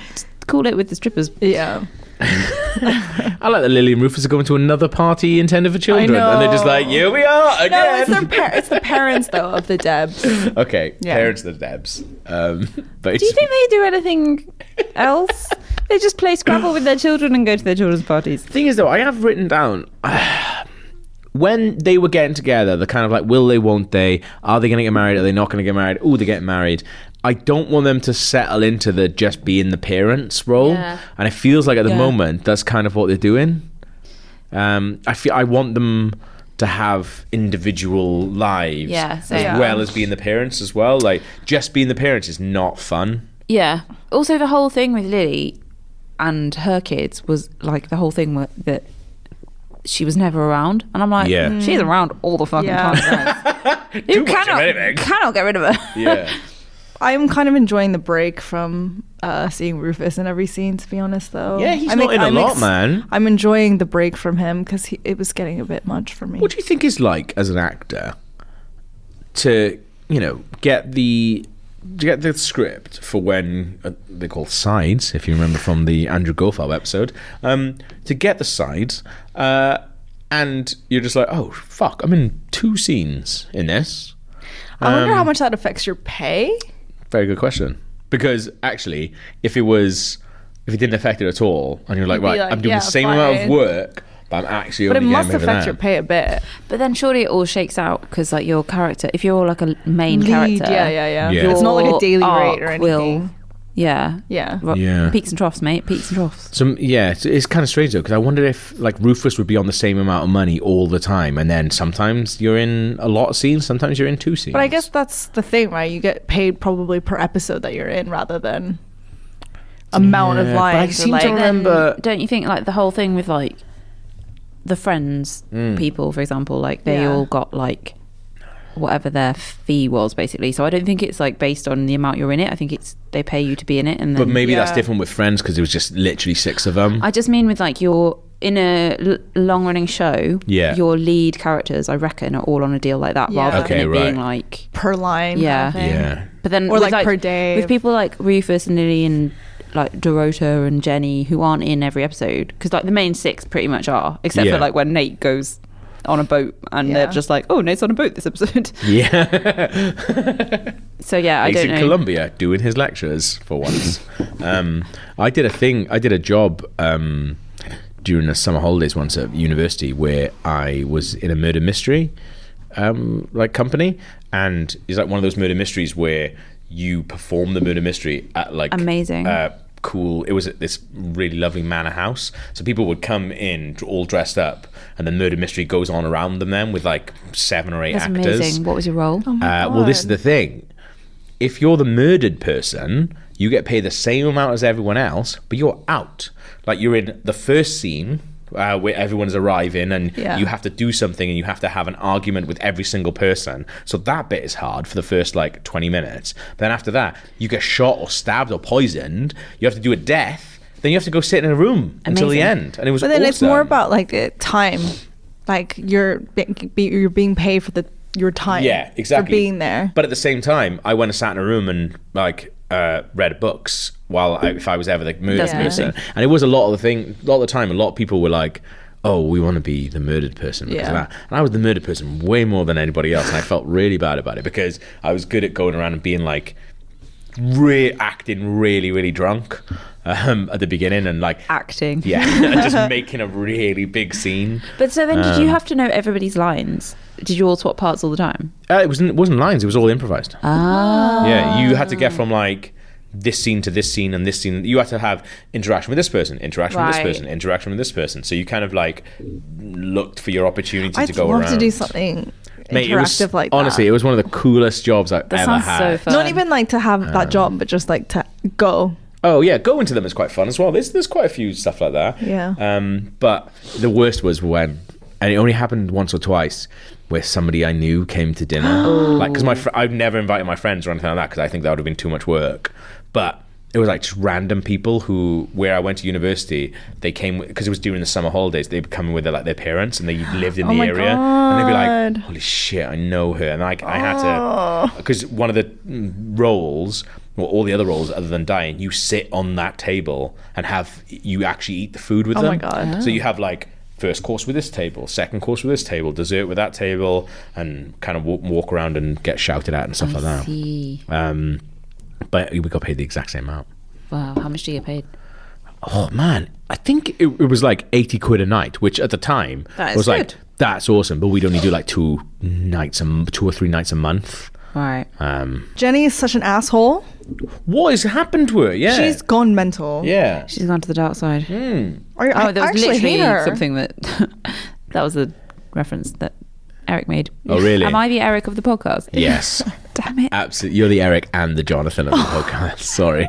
S4: call it with the strippers.
S3: Yeah.
S2: I like that Lily and Rufus are going to another party intended for children, and they're just
S3: know.
S2: like, here we are
S3: No,
S2: again.
S3: it's their par- it's the parents though of the Debs.
S2: okay,
S3: Yeah.
S2: parents of the Debs. Um, but
S4: Do you think they do anything else? they just play Scrabble with their children and go to their children's parties.
S2: thing is though i have written down when they were getting together the kind of like will they won't they are they going to get married are they not going to get married oh they're getting married i don't want them to settle into the just being the parents role
S4: Yeah.
S2: and it feels like at the
S4: Yeah.
S2: moment that's kind of what they're doing um, i feel i want them to have individual lives
S4: Yeah,
S2: as
S4: same.
S2: well as being the parents as well like just being the parents is not fun
S4: Yeah. Also, the whole thing with Lily and her kids was like the whole thing wa- that she was never around, and I'm like,
S2: Yeah. Mm.
S4: she's around all the fucking
S3: Yeah.
S4: time. guys.
S2: Too
S4: you
S2: much of anything.
S4: cannot, cannot get rid of her.
S2: yeah
S3: I'm kind of enjoying the break from uh, seeing Rufus in every scene, to be honest, though.
S2: Yeah, he's
S3: I'm
S2: not in a
S3: I'm
S2: lot, man.
S3: I'm enjoying the break from him because it was getting a bit much for me.
S2: What do you think is like as an actor to you know get the to get the script for when uh, they call sides, if you remember from the Andrew Goldfarb episode, um, to get the sides, uh, and you're just like, oh fuck, I'm in two scenes in this.
S3: I wonder
S2: Um,
S3: how much that affects your pay.
S2: Very good question. Because actually, if it was, if it didn't affect it at all, and you're like,
S3: You'd be
S2: right,
S3: like,
S2: I'm doing
S3: yeah,
S2: the same amount of
S3: fine.
S2: work, but I'm actually
S3: But it
S2: only getting
S3: must
S2: maybe
S3: affect
S2: that.
S3: your pay a bit.
S4: But then surely it all shakes out because like your character, if you're like a main
S3: Lead,
S4: character,
S3: yeah, yeah, yeah,
S2: Yeah.
S3: It's not like a
S4: your
S3: daily rate or
S4: arc
S3: anything.
S4: will- yeah,
S3: Yeah.
S4: Ro-
S2: Yeah.
S4: peaks and troughs, mate, peaks and troughs.
S2: So yeah, it's, it's kind of strange though because I wonder if like Rufus would be on the same amount of money all the time, and then sometimes you're in a lot of scenes, sometimes you're in two scenes.
S3: But I guess that's the thing, right? You get paid probably per episode that you're in rather than amount of
S2: Yeah, but I
S3: lines. or
S2: seem
S3: like,
S2: to remember-
S4: Mm. don't you think like the whole thing with like the friends people, for example, like they
S3: Yeah.
S4: all got like whatever their fee was basically. So I don't think it's like based on the amount you're in it. I think it's they pay you to be in it, and then
S2: but maybe that's
S3: Yeah.
S2: different with Friends because it was just literally six of them.
S4: I just mean with like your in a l- long running show,
S2: Yeah.
S4: your lead characters, I reckon, are all on a deal like that
S3: Yeah.
S4: rather
S2: Okay,
S4: than it
S2: right.
S4: being like.
S3: per line.
S4: Yeah.
S3: Kind of thing.
S2: yeah,
S4: But then
S3: Or,
S4: with,
S3: like, per day.
S4: with people like Rufus and Lily and like Dorota and Jenny who aren't in every episode because like the main six pretty much are except
S2: Yeah.
S4: for like when Nate goes on a boat and
S3: Yeah.
S4: they're just like oh Nate's on a boat this episode
S2: yeah.
S4: so yeah I
S2: He's
S4: don't
S2: in
S4: know
S2: Colombia doing his lectures for once. um, I did a thing. I did a job. Um, during the summer holidays once at university where I was in a murder mystery um, like company and it's like one of those murder mysteries where you perform the murder mystery at like
S4: Amazing.
S2: uh, cool. It was at this really lovely manor house, so people would come in all dressed up, and the murder mystery goes on around them then with like seven or eight
S4: That's
S2: actors.
S4: amazing. What was your role?
S3: Oh
S2: Uh, well, this is the thing. If you're the murdered person, you get paid the same amount as everyone else, but you're out. Like you're in the first scene uh, where everyone's arriving, and
S3: Yeah.
S2: you have to do something, and you have to have an argument with every single person. So that bit is hard for the first like 20 minutes. Then after that, you get shot or stabbed or poisoned. You have to do a death. Then you have to go sit in a room until the
S4: Amazing.
S2: end, and it was.
S3: But then it's
S2: awesome.
S3: more about like the time, like you're be- be- you're being paid for the your time.
S2: Yeah, exactly.
S3: For being there.
S2: But at the same time, I went and sat in a room and like uh, read books while I, if I was ever the murdered
S4: That's
S2: person. And it was a lot of the thing. A lot of the time, a lot of people were like. Oh, we want to be the murdered person because
S3: Yeah.
S2: of that. And I was the murdered person way more than anybody else. And I felt really bad about it because I was good at going around and being like, re- acting really, really drunk um, at the beginning and like,
S4: Acting.
S2: yeah, just making a really big scene.
S4: But so then, did
S2: Um,
S4: you have to know everybody's lines? Did you all swap parts all the time?
S2: Uh, it wasn't it wasn't lines. It was all improvised.
S4: Ah,
S2: Yeah, you had to
S3: Um,
S2: get from like this scene to this scene and this scene. You had to have interaction with this person, interaction with this
S4: Right.
S2: person, interaction with this person. So you kind of like looked for your opportunity
S3: I'd
S2: to go
S3: love
S2: around.
S3: to do something
S2: Mate, it was-
S3: interactive like that.
S2: honestly, it was one of the coolest jobs I've ever
S4: sounds
S2: had.
S4: so fun.
S3: not even like to have
S2: uh,
S3: that job, but just like to go.
S2: Oh yeah, going to them is quite fun as well. There's there's quite a few stuff like that.
S3: Yeah.
S2: Um, but the worst was when, and it only happened once or twice, where somebody I knew came to dinner.
S3: Oh.
S2: like, because my fr- I've never invited my friends or anything like that because I think that would have been too much work. But it was like just random people who, where I went to university, they came because it was during the summer holidays. They'd come in with their, like their parents and they lived in the
S3: Oh my
S2: area, and they'd be like,
S3: God.
S2: holy shit, I know her. And I, I had to,
S4: Oh.
S2: because one of the mm, roles, well, all the other roles other than dying, you sit on that table and have, you actually eat the food with
S3: Oh
S2: them.
S3: my God.
S2: So you have like first course with this table, second course with this table, dessert with that table, and kind of walk, walk around and get shouted at and stuff like that.
S4: See.
S2: Um, but we got paid the exact same amount.
S4: Wow. How much do you get paid?
S2: Oh man, I think it, it was like eighty quid a night, which at the time
S4: That is
S2: was
S4: good.
S2: like that's awesome. But we'd only do like two nights, a m- two or three nights a month.
S4: Right.
S2: Um,
S3: Jenny is such an asshole.
S2: what has happened to her? Yeah,
S3: She's gone mental.
S2: yeah.
S4: She's gone to the dark side.
S3: I, I
S4: Oh, there was
S3: actually hate
S4: literally
S3: her.
S4: something that that was a reference that Eric made.
S2: Oh, really?
S4: Am I the Eric of the podcast?
S2: Yes, Uh,
S4: Damn it.
S2: absolutely. You're the Eric and the Jonathan of the podcast. Sorry,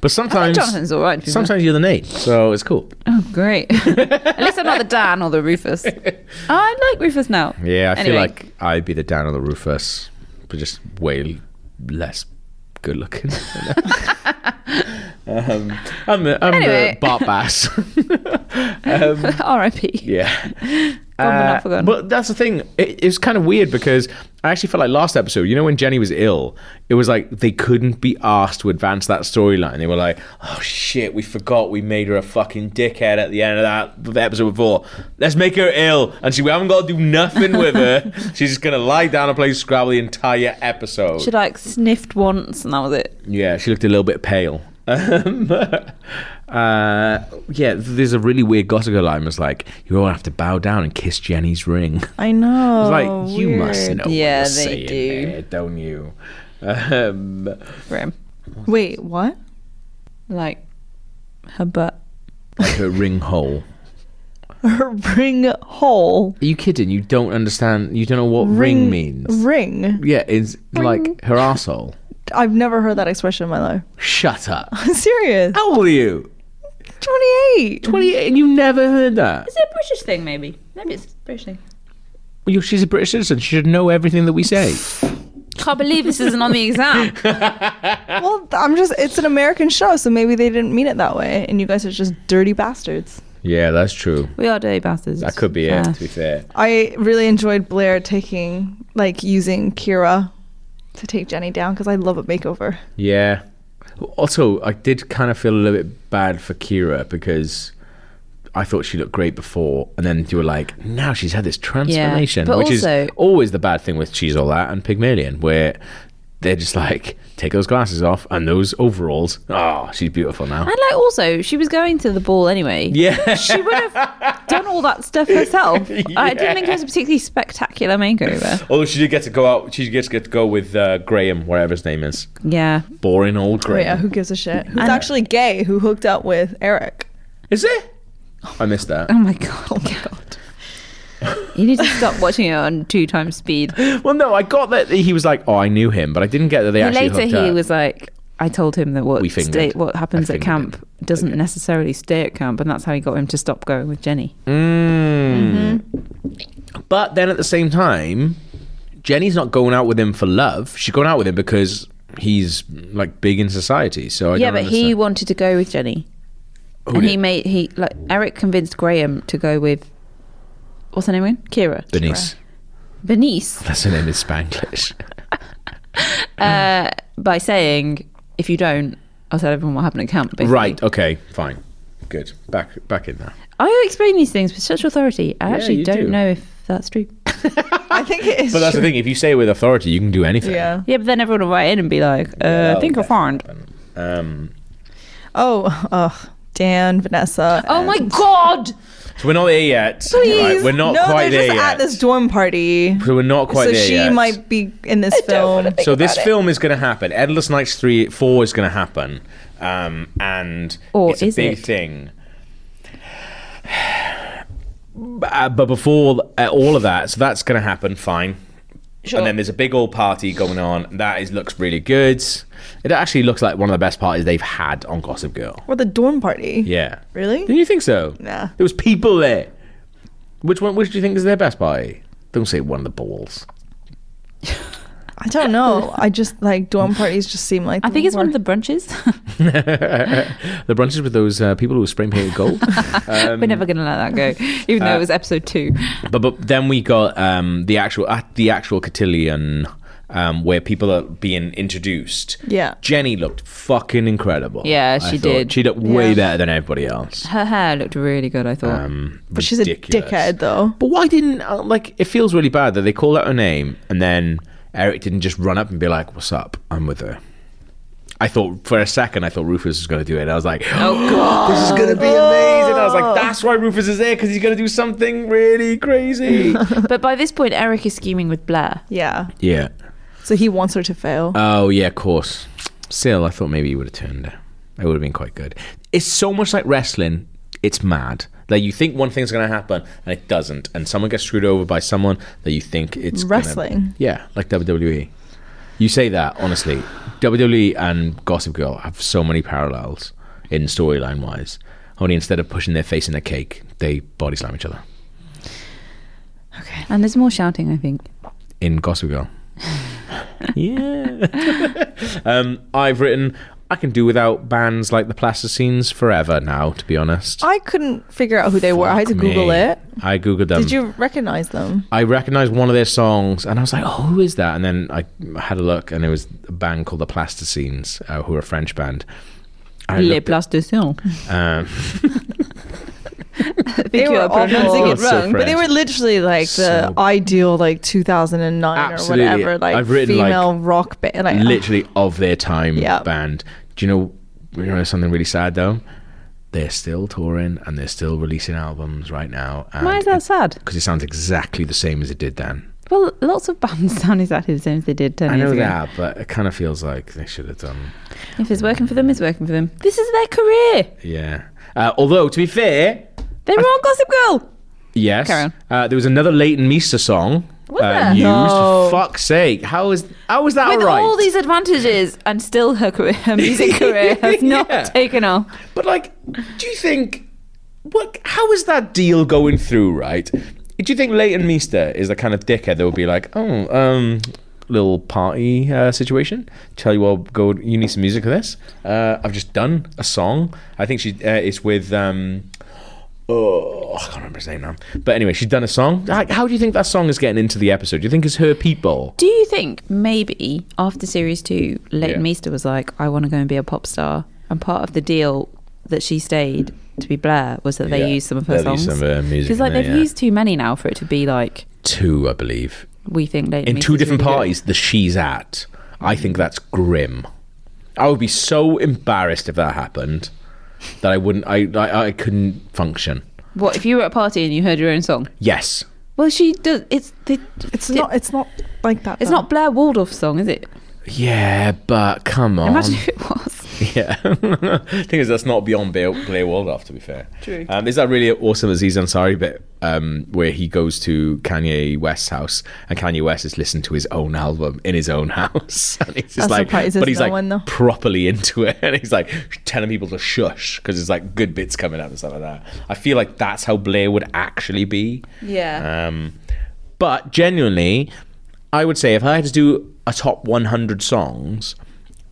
S2: but sometimes
S4: Oh. Jonathan's all right. to be fair.
S2: sometimes you're the Nate, so it's cool.
S4: Oh, great. At least I'm not the Dan or the Rufus. Oh, I like Rufus now.
S2: Yeah, I feel
S4: Anyway.
S2: like I'd be the Dan or the Rufus, but just way less good looking. um, I'm the, I'm
S4: Anyway.
S2: the Bart Bass. Um,
S4: R.I.P.
S2: yeah.
S4: Gone but not
S2: Uh,
S4: forgotten.
S2: but that's the thing. It, it's kind of weird because I actually felt like last episode, you know, when Jenny was ill, it was like they couldn't be asked to advance that storyline. They were like, "Oh shit, we forgot we made her a fucking dickhead at the end of that of the episode before. Let's make her ill, and she we haven't got to do nothing with her. She's just gonna lie down and play Scrabble the entire episode."
S4: She like sniffed once and that was it.
S2: Yeah, she looked a little bit pale. Um, uh, yeah, there's a really weird Gossip Girl line. Was like, you all have to bow down and kiss Jenny's ring.
S3: I know.
S2: It's like you must
S3: weird.
S2: know.
S4: Yeah,
S2: what you're
S4: they
S2: saying
S4: do.
S2: there, don't you? Um,
S4: Grim.
S3: Wait, what?
S4: Like her butt.
S2: like her ring hole.
S3: Her ring hole.
S2: Are you kidding? You don't understand. You don't know what ring, means.
S3: Ring.
S2: Yeah, it's like her asshole.
S3: I've never heard that expression in my life.
S2: Shut up.
S3: I'm serious.
S2: How old are you?
S3: 28.
S2: Twenty-eight, and you never heard that.
S4: Is it a British thing maybe? Maybe it's a British thing.
S2: Well, you- she's a British citizen. She should know everything that we say.
S4: Can't believe this isn't on the exam.
S3: Well, I'm just, it's an American show, so maybe they didn't mean it that way, and you guys are just dirty bastards.
S2: yeah, that's true.
S4: we are dirty bastards.
S2: That could be
S4: Uh,
S2: it. To be fair.
S3: I really enjoyed Blair taking, like, using Kira to take Jenny down because I love a makeover.
S2: Yeah. Also, I did kind of feel a little bit bad for Kira because I thought she looked great before, and then you were like, now she's had this transformation,
S4: but
S2: which
S4: also-
S2: is always the bad thing with She's All That and Pygmalion, where. th- they're just like, take those glasses off and those overalls. Oh, she's beautiful now.
S4: And like, also, she was going to the ball anyway.
S2: Yeah.
S4: She would have done all that stuff herself. I didn't think it was a particularly spectacular makeover.
S2: Although Oh, she did get to go out, she did get to, get to go with uh, Graham, whatever his name is.
S4: Yeah.
S2: Boring old
S3: Oh, yeah,
S2: Graham.
S3: who gives a shit? Who's actually gay who hooked up with Eric?
S2: Is it? I missed that.
S4: Oh my god. Oh my god. You need to stop watching it on two times speed.
S2: Well, no, I got that he was like, oh, I knew him, but I didn't get that they actually
S4: later
S2: hooked
S4: he
S2: up.
S4: was like, I told him that what
S2: We fingered.
S4: stay, what happens
S2: I fingered
S4: at camp doesn't necessarily stay at camp, and that's how he got him to stop going with Jenny.
S2: Mm. But then at the same time, Jenny's not going out with him for love. She's going out with him because he's like big in society. So I
S4: yeah,
S2: don't
S4: but he
S2: understand.
S4: wanted to go with Jenny,
S2: Who
S4: and he
S2: did?
S4: made he like Eric convinced Graham to go with what's her name again? Kira.
S2: Denise.
S4: Bernice.
S2: That's her name in Spanglish.
S4: uh, by saying, if you don't, I'll tell everyone what happened at camp. Basically.
S2: right. Okay. Fine. Good. Back back in there.
S4: I explain these things with such authority. I
S2: Yeah,
S4: actually
S2: you
S4: don't
S2: do.
S4: know if that's true.
S3: I think it is.
S2: But that's the thing. If you say it with authority, you can do anything.
S3: yeah.
S4: Yeah, but then everyone will write in and be like, uh, I think I found.
S2: Um,
S3: Oh, oh, Dan, Vanessa.
S4: Oh
S3: and-
S4: my god!
S2: so we're not there yet.
S3: Please.
S2: Right, we're not
S3: no,
S2: quite
S3: they're
S2: there
S3: just
S2: yet.
S3: at this dorm party.
S2: so we're not quite
S3: so
S2: there
S3: she
S2: yet.
S3: might be in this film.
S2: so this film is going to happen. Endless Nights three four is going to happen, um, and
S4: Or
S2: it's a
S4: is
S2: big
S4: it?
S2: thing. Uh, but before uh, all of that, so that's going to happen. Fine. And then there's a big old party going on. That is looks really good. It actually looks like one of the best parties they've had on Gossip Girl.
S3: Or the dorm party.
S2: Yeah.
S3: Really?
S2: Didn't you think so?
S3: Nah.
S2: There was people there. Which one? Which do you think is their best party? Don't say one of the balls.
S3: I don't know. I just like dorm parties just seem like
S4: I think it's one of the brunches.
S2: The brunches with those uh, people who were spray painted gold. Uh, Um,
S4: We're never going to let that go, even though it was episode two.
S2: But but then we got um, the actual at the actual cotillion um, where people are being introduced.
S3: Yeah.
S2: Jenny looked fucking incredible.
S4: Yeah,
S2: I
S4: she
S2: thought.
S4: did.
S2: She looked way
S3: Yeah.
S2: better than everybody else.
S4: Her hair looked really good, I thought.
S2: Um,
S3: But she's a
S2: ridiculous.
S3: dickhead though.
S2: But why didn't uh, like? It feels really bad that they call out her name and then Eric didn't just run up and be like, "What's up? I'm with her." I thought for a second, I thought Rufus was going to do it. And I was like, "Oh god, Oh. this is going to be amazing!" I was like, "That's why Rufus is there because he's going to do something really crazy."
S4: but by this point, Eric is scheming with Blair.
S3: Yeah.
S2: yeah.
S3: So he wants her to fail.
S2: Oh yeah, of course. Still, I thought maybe you would have turned it. It would have been quite good. It's so much like wrestling. It's mad. Like you think one thing's going to happen and it doesn't, and someone gets screwed over by someone that you think it's gonna-
S3: Wrestling.
S2: yeah, like WWE. You say that honestly. WWE and Gossip Girl have so many parallels in storyline wise. Only instead of pushing their face in a cake, they body slam each other
S4: And there's more shouting, I think.
S2: in Gossip Girl. yeah. um, I've written. I can do without bands like the Plasticines forever now. To be honest,
S3: I couldn't figure out who they were. I had to
S2: Fuck
S3: Google
S2: me. Um,
S3: it.
S2: I googled them.
S3: Did you recognize them?
S2: I recognized one of their songs, and I was like, "Oh, who is that?" And then I had a look, and it was a band called the Plasticines, uh, who are a French band. I
S4: Les
S2: looked at-
S4: plasticiens.
S2: um,
S4: I think you are pronouncing it
S2: That's so
S4: wrong.
S3: but they were
S2: French.
S3: literally like the
S2: So-
S3: ideal like 2009
S2: Absolutely.
S3: or whatever like
S2: I've written, like,
S3: female rock band. Like, oh,
S2: literally of their time
S3: Yeah.
S2: band. Do you know? You know something really sad though. They're still touring and they're still releasing albums right now. And
S4: Why is that sad?
S2: Because it sounds exactly the same as it did then.
S4: Well, lots of bands sound exactly the same as they did 10
S2: I
S4: years
S2: know
S4: ago.
S2: that, but it kind of feels like they should have done.
S4: If it's working for them, it's working for them. This is their career.
S2: Yeah. Uh, although to be fair,
S4: They were on Gossip Girl.
S2: yes,
S4: Carry on.
S2: Uh, there was another Leighton Meester song
S4: Was
S2: uh,
S4: there?
S2: used.
S3: No.
S2: For fuck's sake, how is how is that
S4: With
S2: right?
S4: all these advantages, and still her career, her music career has not
S2: Yeah.
S4: taken off.
S2: But like, do you think what? How is that deal going through? Right? Do you think Leighton Meester is the kind of dickhead that would be like, oh, um, little party uh, situation? Tell you what, go. You need some music for this. Uh, I've just done a song. I think she uh, it's with. Um, Oh, I can't remember his name now. But anyway, she's done a song. Like, how do you think that song is getting into the episode? Do you think it's her people?
S4: Do you think maybe after series two, Leighton
S2: Yeah.
S4: Meester was like, I want to go and be a pop star? And part of the deal that she stayed to be Blair was that they
S2: Yeah.
S4: used some of her
S2: They'll use
S4: songs.
S2: some of her music
S4: Because like
S2: in there,
S4: they've
S2: yeah.
S4: used too many now for it to be like
S2: Two, I believe.
S4: we think Leighton
S2: in two
S4: Meester's
S2: different
S4: really good.
S2: parties that she's at. I think that's grim. I would be so embarrassed if that happened that I wouldn't. I I, I couldn't function.
S4: What if you were at a party and you heard your own song?
S2: Yes.
S4: Well, she does. It's they,
S3: It's not. It's not like that.
S4: It's
S3: though.
S4: not Blair Waldorf's song, is it?
S2: Yeah, but come on.
S4: Imagine if it was.
S2: Yeah. thing is, that's not beyond Blair, Blair Waldorf, to be fair. True. Um, is that really awesome Aziz Ansari bit um, where he goes to Kanye West's house and Kanye West has listened to his own album in his own house? And he's just
S3: That
S2: like,
S3: surprises
S2: but he's
S3: no
S2: like
S3: one, though.
S2: properly into it. And he's like telling people to shush because it's like good bits coming out and stuff like that. I feel like that's how Blair would actually be.
S4: Yeah.
S2: Um, but genuinely, I would say if I had to do a top 100 songs,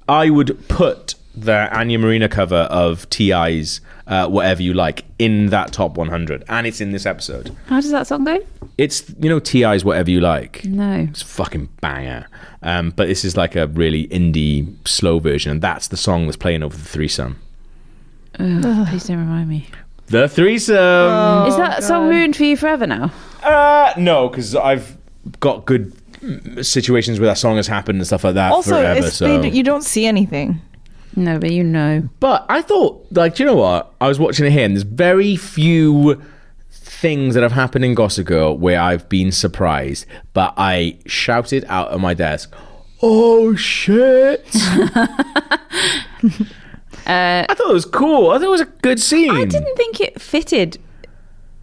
S2: I would put the Anya Marina cover of T.I.'s uh, Whatever You Like in that top 100. And it's in this episode.
S4: How does that song go?
S2: It's, you know, T.I.'s Whatever You Like.
S4: No.
S2: It's a fucking banger. Um, but this is like a really indie, slow version. And that's the song that's playing over the threesome.
S4: Ugh, Oh, please don't remind me.
S2: The threesome!
S4: is that song ruined for you forever now?
S2: Uh, no, because I've got good mm, situations where that song has happened and stuff like that
S3: Also,
S2: forever.
S3: it's, they
S2: So,
S3: d you don't see anything.
S4: No, but you know.
S2: but I thought, like, do you know what? I was watching it here, and there's very few things that have happened in Gossip Girl where I've been surprised, but I shouted out at my desk. Oh shit! I thought it was cool. I thought it was a good scene.
S4: Uh, I didn't think it fitted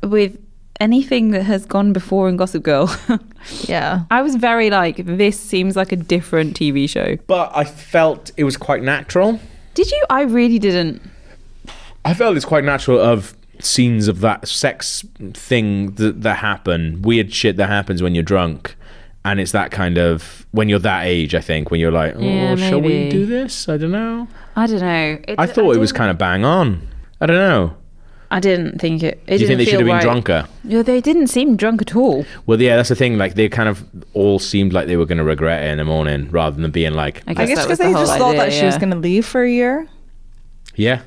S4: with anything that has gone before in Gossip Girl.
S3: Yeah.
S4: I was very like, this seems like a different TV show.
S2: but I felt it was quite natural.
S4: Did you? I really didn't.
S2: I felt it's quite natural of scenes of that sex thing that, that happen, weird shit that happens when you're drunk. And it's that kind of when you're that age, I think, when you're like, oh,
S4: Yeah,
S2: shall we
S4: maybe.
S2: do this? I don't know.
S4: I don't know.
S2: I thought it was kind of bang on. I don't know.
S4: I didn't think it. it
S2: Do you think
S4: didn't
S2: they should
S4: feel
S2: have been
S4: right.
S2: drunker?
S4: Yeah, they didn't seem drunk at all.
S2: Well, yeah, that's the thing. Like they kind of all seemed like they were going to regret it in the morning, rather than being like,
S4: I
S3: I
S4: guess
S3: guess
S4: that was
S3: because
S4: the
S3: they
S4: whole
S3: just thought
S4: idea,
S3: that she was
S4: yeah.
S3: going to leave for a year.
S2: yeah,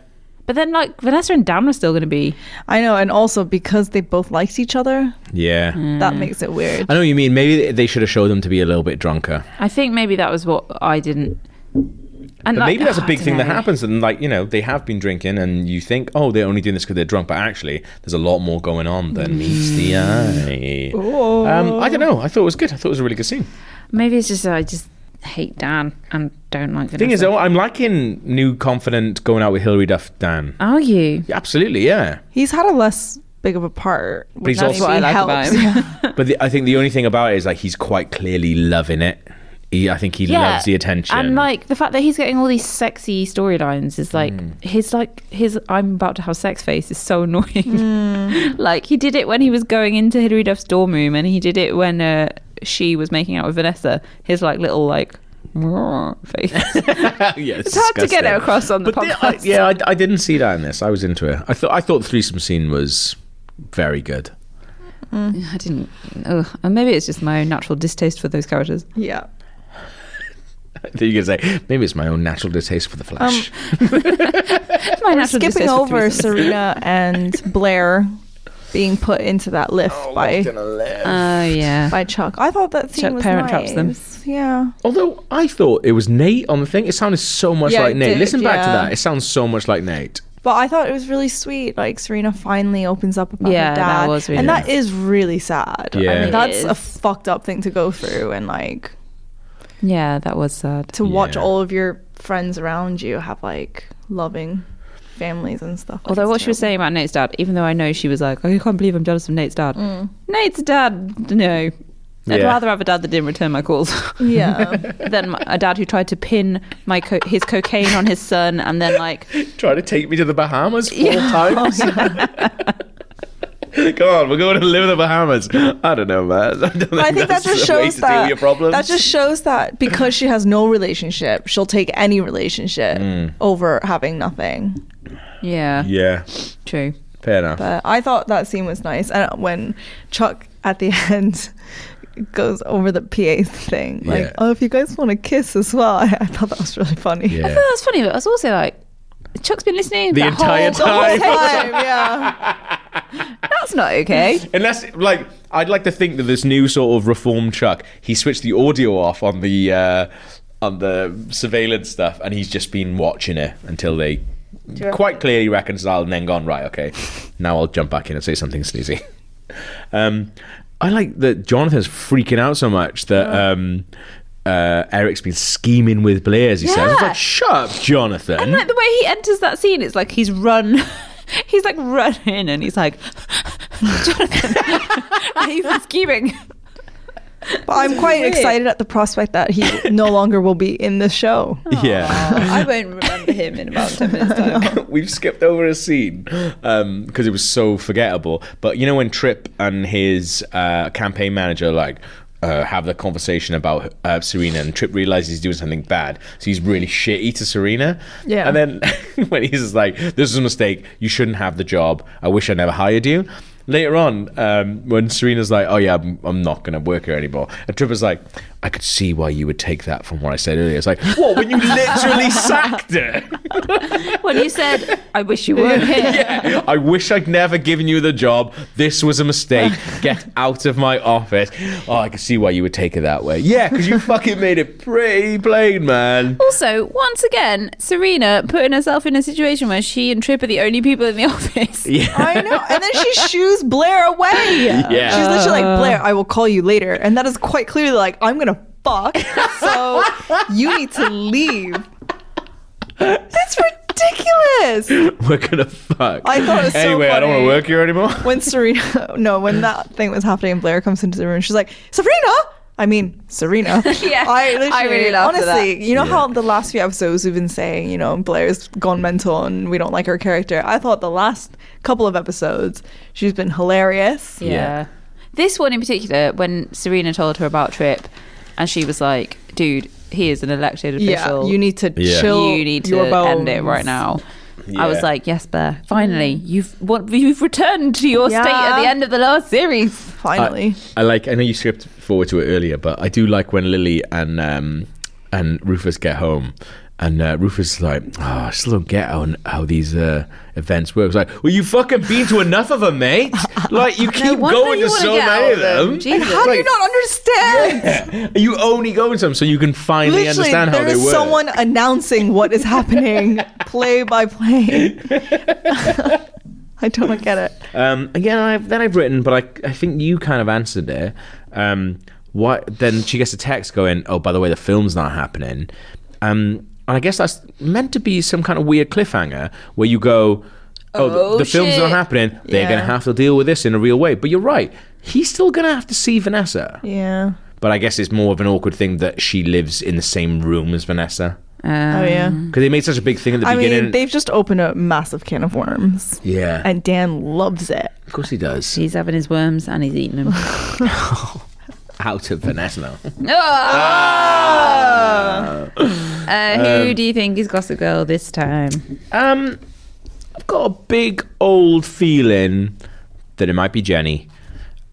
S4: But then, like Vanessa and Dan were still going to be.
S3: I know, and also because they both liked each other,
S2: yeah.
S4: Mm.
S3: that makes it weird.
S2: I know what you mean. Maybe they- they should have showed them to be a little bit drunker.
S4: I think maybe that was what I didn't. And
S2: But
S4: like,
S2: maybe that's
S4: oh,
S2: a
S4: I
S2: big
S4: don't
S2: thing that
S4: know.
S2: happens, and like you know, they have been drinking, and you think, oh, they're only doing this because they're drunk, but actually, there's a lot more going on than meets the
S4: Mm.
S2: eye.
S4: Oh.
S2: Um, I don't know. I thought it was good. I thought it was a really good scene.
S4: Maybe it's just that I just hate Dan and don't like Vanessa.
S2: Thing is, though, I'm liking new, confident going out with Hillary Duff Dan.
S4: are you?
S2: Absolutely, yeah.
S3: He's had a less big of a part. But
S2: he's also- That's what
S4: I like about him.
S2: But the, I think the only thing about it is like he's quite clearly loving it. He, I think he loves the attention.
S4: And like the fact that he's getting all these sexy storylines is like
S2: Hmm.
S4: his like his I'm about to have sex face is so annoying. Hmm. like he did it when he was going into Hilary Duff's dorm room and he did it when uh, she was making out with Vanessa. His like little like face.
S2: yeah, it's
S4: hard to get
S2: disgusting.
S4: it across on the
S2: But the- I-
S4: podcast.
S2: yeah, I, I didn't see that in this. I was into it. I thought I thought the threesome scene was very good.
S4: I didn't ugh. and maybe it's just my own natural distaste for those characters.
S3: Yeah.
S2: That you can say, maybe it's my own natural distaste for the
S3: Um,
S2: Flash.
S4: My
S3: We're
S4: natural
S3: skipping
S4: distaste for
S3: over
S4: threesomes.
S3: Serena and Blair being put into that lift by
S2: Uh,
S4: Oh yeah.
S3: by Chuck. I thought that scene
S4: Chuck
S3: was
S4: parent traps
S3: nice.
S4: them.
S3: Yeah.
S2: Although I thought it was Nate on the thing, it sounded so much
S3: Yeah,
S2: like
S3: it
S2: Nate.
S3: did,
S2: Listen back to
S3: yeah.
S2: that; it sounds so much like Nate.
S3: But I thought it was really sweet. Like Serena finally opens up about
S4: Yeah,
S3: her
S4: that
S3: dad,
S4: was really
S3: and that
S4: nice.
S3: is really sad. I
S2: Yeah.
S3: mean,
S2: It
S3: that's a
S4: is.
S3: fucked up thing to go through, and like
S4: Yeah, that was sad.
S3: to watch
S2: Yeah.
S3: all of your friends around you have like loving families and stuff. Like,
S4: Although
S3: it's
S4: what she was
S3: terrible.
S4: saying about Nate's dad, even though I know she was like, I can't believe I'm jealous of Nate's dad. Nate's dad, no. I'd
S2: Yeah.
S4: rather have a dad that didn't return my calls
S3: yeah,
S4: than my, a dad who tried to pin my co- his cocaine on his son and then like
S2: Try to take me to the Bahamas four times. Come on, we're going to live in the Bahamas. I don't know, man. I, don't
S3: I think that
S2: that's
S3: just
S2: the way
S3: shows
S2: to deal
S3: that
S2: with your problems.
S3: that just shows that because she has no relationship, she'll take any relationship
S2: Mm.
S3: over having nothing.
S4: yeah,
S2: yeah,
S4: true.
S2: fair enough.
S3: But I thought that scene was nice. And when Chuck at the end goes over the PA thing, like,
S2: Yeah.
S3: oh, if you guys want to kiss as well, I, I thought that was really funny.
S4: I
S2: yeah.
S4: thought that was funny, but I was also like, Chuck's been listening
S2: The
S4: that
S2: entire
S4: whole- the whole
S2: time.
S3: Time, yeah.
S4: That's not okay.
S2: Unless, like, I'd like to think that this new sort of reformed Chuck, he switched the audio off on the uh, on the surveillance stuff, and he's just been watching it until they quite clearly reconciled, and then gone right. Okay, now I'll jump back in and say something sleazy. Um, I like that Jonathan's freaking out so much that um, uh, Eric's been scheming with Blair, as he says. It's
S4: Yeah.
S2: like, shut up, Jonathan.
S4: And like the way he enters that scene, it's like he's run. He's like run in, and he's like, Jonathan, are you scheming?
S3: But I'm quite excited at the prospect that he no longer will be in the show.
S2: yeah.
S4: I won't remember him in about ten minutes.
S2: We've skipped over a scene because it was so forgettable. But you know when Tripp and his uh, campaign manager like uh, have the conversation about uh, Serena, and Tripp realizes he's doing something bad, so he's really shitty to Serena.
S3: Yeah.
S2: And then when he's just like, "This is a mistake. You shouldn't have the job. I wish I never hired you." Later on, um, when Serena's like, "Oh yeah, I'm, I'm not going to work here anymore," and Tripp is like, "I could see why you would take that from what I said earlier." It's like, "What? When you literally sacked her?"
S4: When you said, "I wish you were here,"
S2: I wish I'd never given you the job. This was a mistake. Get out of my office. Oh, I can see why you would take it that way. Yeah, because you fucking made it pretty plain, man.
S4: Also, once again, Serena putting herself in a situation where she and Trip are the only people in the office.
S3: I know. And then she shoos Blair away.
S2: Yeah.
S3: She's literally like, Blair, I will call you later. And that is quite clearly like, I'm going to fuck. So you need to leave. That's ridiculous.
S2: We're gonna fuck.
S3: I thought it was so
S2: anyway, I don't want
S3: funny.
S2: to work here anymore.
S3: When Serena, no, when that thing was happening, and Blair comes into the room. She's like, Serena. I mean, Serena.
S4: Yeah,
S3: literally-
S4: I really laughed at
S3: honestly. You know how the last few episodes we've been saying, you know, Blair's gone mental and we don't like her character. I thought the last couple of episodes she's been hilarious.
S4: Yeah. This one in particular, when Serena told her about Trip, and she was like, dude, he is an elected official.
S3: Yeah, you need to
S2: Yeah.
S3: chill.
S4: You need
S3: your
S4: to
S3: bones. Mm.
S4: end it right now. I
S2: Yeah.
S4: was like, yes, Bear. Finally, you've what, you've returned to your
S3: Yeah.
S4: state at the end of the last series.
S3: Finally,
S2: I like. I know you skipped forward to it earlier, but I do like when Lily and um, and Rufus get home, and uh, Rufus is like, oh, I still don't get how how these uh, events work. It's like, well, you fucking been to enough of them, mate. Like you keep
S4: wonder
S2: going
S4: you
S2: to
S4: wanna
S2: so
S4: get out
S2: many of
S4: of them.
S2: them.
S4: Jesus.
S3: how do you
S2: Like,
S3: not understand?
S2: You only go to them so you can finally
S3: Literally,
S2: understand how
S3: there
S2: they
S3: is
S2: work.
S3: someone announcing what is happening, play by play. I don't get it.
S2: Um, again, I've, then I've written, but I, I think you kind of answered it. Um, what? Then she gets a text going, "Oh, by the way, the film's not happening." Um, and I guess that's meant to be some kind of weird cliffhanger where you go, "Oh, the-
S4: Oh,
S2: the, film's not
S4: shit.
S2: happening. They're
S3: Yeah.
S2: going to have to deal with this in a real way." But you're right; he's still going to have to see Vanessa.
S3: Yeah.
S2: But I guess it's more of an awkward thing that she lives in the same room as Vanessa
S3: Oh
S2: Mm.
S4: Um,
S3: yeah.
S2: because they made such a big thing at the
S3: I
S2: beginning.
S3: mean, they've just opened a massive can of worms,
S2: yeah,
S3: and Dan loves it.
S2: of course he does.
S4: He's having his worms and he's eating them.
S2: Out of Vanessa now. Ah!
S4: Uh, who do you think is Gossip Girl this time?
S2: Um, I've got a big old feeling that it might be Jenny.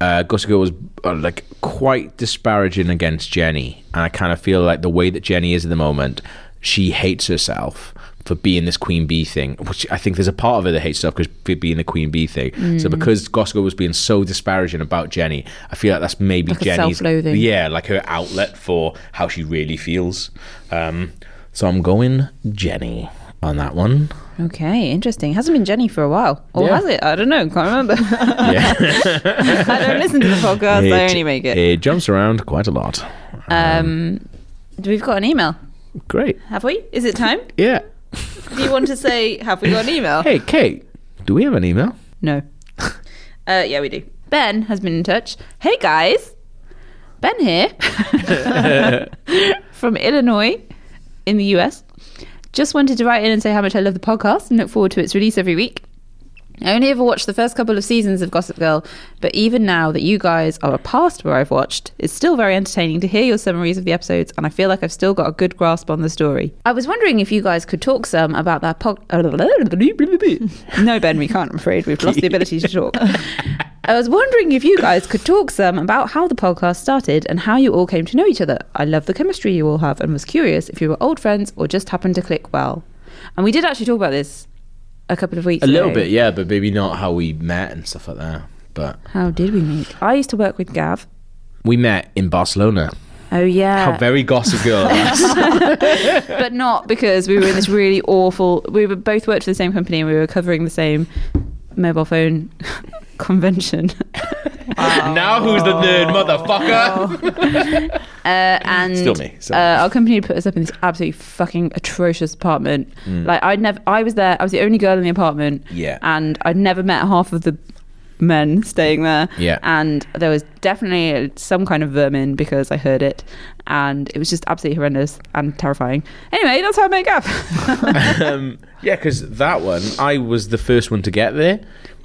S2: Uh, Gossip Girl was uh, like quite disparaging against Jenny, and I kind of feel like the way that Jenny is at the moment, she hates herself for being this Queen Bee thing. Which I think there's a part of her that hates herself because for being the Queen Bee thing. So
S4: Mm.
S2: because Gossip Girl was being so disparaging about Jenny, I feel like that's maybe
S4: Like a
S2: Jenny's
S4: self-loathing.
S2: yeah, like her outlet for how she really feels. Um, so I'm going Jenny on that one.
S4: Okay, interesting. Hasn't been Jenny for a while. Or
S2: Yeah.
S4: has it? I don't know. Can't remember.
S2: Yeah.
S4: I don't listen to the podcast. I only make it.
S2: It jumps around quite a lot.
S4: Um, we've got an email.
S2: Great.
S4: Have we? Is it time?
S2: Yeah.
S4: Do you want to say, have we got an email?
S2: Hey, Kate, do we have an email?
S4: No. Uh, yeah, we do. Ben has been in touch. Hey, guys. Ben here from Illinois in the US. Just wanted to write in and say how much I love the podcast and look forward to its release every week. I only ever watched the first couple of seasons of Gossip Girl, but even now that you guys are a past where I've watched, it's still very entertaining to hear your summaries of the episodes, and I feel like I've still got a good grasp on the story. I was wondering if you guys could talk some about that pod. no, Ben, we can't, I'm afraid. We've lost the ability to talk. I was wondering if you guys could talk some about how the podcast started and how you all came to know each other. I love the chemistry you all have and was curious if you were old friends or just happened to click well. And we did actually talk about this a couple of weeks
S2: A little
S4: ago.
S2: bit, yeah, but maybe not how we met and stuff like that. But
S4: How did we meet? I used to work with Gav.
S2: we met in Barcelona.
S4: Oh yeah.
S2: How very Gossip Girl.
S4: but not because we were in this really awful. We were both worked for the same company and we were covering the same mobile phone convention.
S2: now who's the nerd,
S4: Oh.
S2: motherfucker?
S4: Uh, and
S2: Mm. Still me, so.
S4: Uh, our company had put us up in this absolutely fucking atrocious apartment. Like I'd never, I was there. I was the only girl in the apartment.
S2: Mm. Yeah.
S4: and I'd never met half of the men staying there.
S2: Yeah.
S4: and there was definitely some kind of vermin because I heard it, and it was just absolutely horrendous and terrifying. Anyway, that's how I make up.
S2: um, yeah, because that one, I was the first one to get there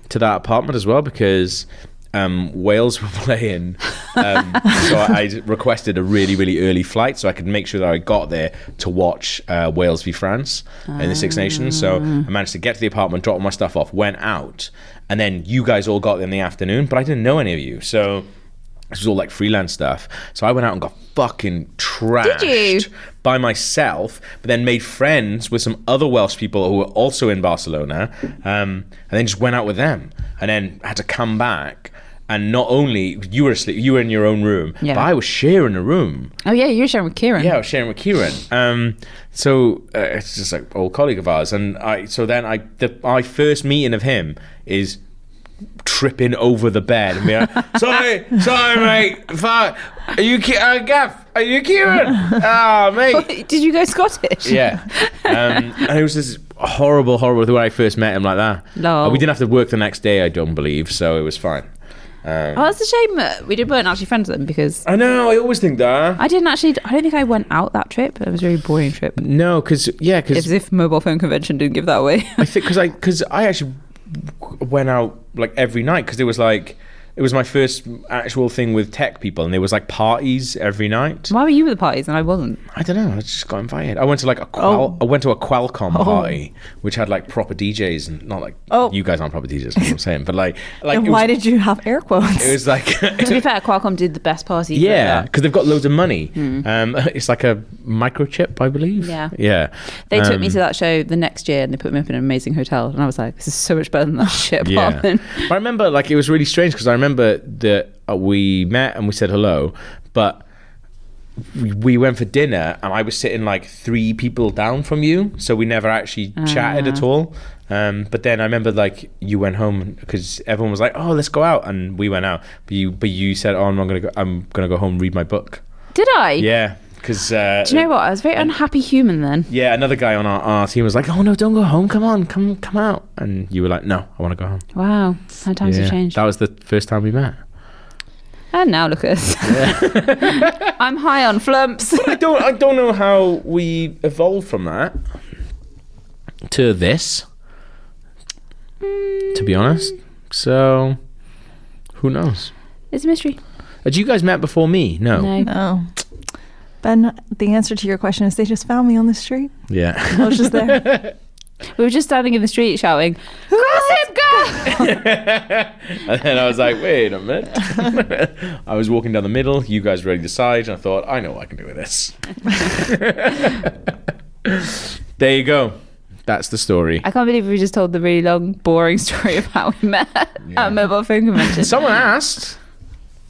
S2: to that apartment as well because um, Wales were playing. Um, so I, I requested a really, really early flight so I could make sure that I got there to watch uh, Wales v France in the Six Nations. So I managed to get to the apartment, drop all my stuff off, went out, and then you guys all got there in the afternoon, but I didn't know any of you. So. This was all like freelance stuff. So I went out and got fucking trashed by myself, but then made friends with some other Welsh people who were also in Barcelona, um, and then just went out with them, and then had to come back. And not only you were asleep, you were in your own room,
S4: Yeah.
S2: but I was sharing a room.
S4: oh yeah, you were sharing with Kieran.
S2: Yeah, I was sharing with Kieran. Um, so uh, it's just like old colleague of ours, and I. So then I, the, my first meeting of him is tripping over the bed and be like, "Sorry, sorry, mate. Fuck, are you Ki- uh, Gaff? Are you Kieran? Ah, mate."
S4: Did you go Scottish?
S2: Yeah, um, and it was this horrible, horrible the way I first met him like that.
S4: Lol.
S2: Uh, we didn't have to work the next day, I don't believe, so it was fine.
S4: Oh, it's a shame that we didn't, weren't actually friends with them because
S2: I know. I always think that.
S4: I didn't actually. I don't think I went out that trip. It was a really boring trip.
S2: no, because yeah, because
S4: It's as if mobile phone convention didn't give that away.
S2: I think because I because I actually went out like every night because it was like it was my first actual thing with tech people and there was like parties every night.
S4: Why were you with the parties and I wasn't?
S2: I don't know. I just got invited. I went to like a
S3: Oh.
S2: Qual- I went to a Qualcomm party which had like proper DJs and not like
S3: Oh.
S2: you guys aren't proper DJs. That's what I'm saying, but like like
S3: And
S2: it,
S3: why
S2: was,
S3: did you have air quotes?
S2: it was like
S4: to be fair, Qualcomm did the best party.
S2: yeah because they've got loads of money. Um, it's like a microchip, I believe.
S4: Hmm. Yeah.
S2: yeah.
S4: They took me
S2: Um,
S4: to that show the next year and they put me up in an amazing hotel. And I was like, this is so much better than that shit apartment.
S2: But I remember, like, it was really strange because I remember that uh, we met and we said hello, but we- we went for dinner and I was sitting like three people down from you, so we never actually
S4: Ah.
S2: chatted at all. Um, but then I remember, like, you went home because everyone was like, "Oh, let's go out," and we went out. But you, but you said, "Oh, I'm not gonna go. I'm gonna go home and read my book."
S4: Did I?
S2: Yeah, because uh,
S4: Do you know what? I was a very unhappy human then.
S2: Yeah, another guy on our, our team was like, "Oh no, don't go home. Come on, come come out." And you were like, "No, I want to go home."
S4: Wow. How times
S2: Yeah.
S4: have changed.
S2: That was the first time we met.
S4: and now look at us. I'm high on flumps.
S2: I don't I don't know how we evolved from that to this. To be honest. So who knows?
S4: It's a mystery.
S2: Had you guys met before me? No.
S4: No.
S3: no. Oh. Ben, the answer to your question is they just found me on the street.
S2: Yeah.
S3: I was just there.
S4: We were just standing in the street shouting, Gossip Girl!
S2: and then I was like, wait a minute. I was walking down the middle, you guys were ready to side, and I thought, I know what I can do with this. there you go. That's the story.
S4: I can't believe we just told the really long, boring story of how we met at a mobile phone convention.
S2: Someone asked.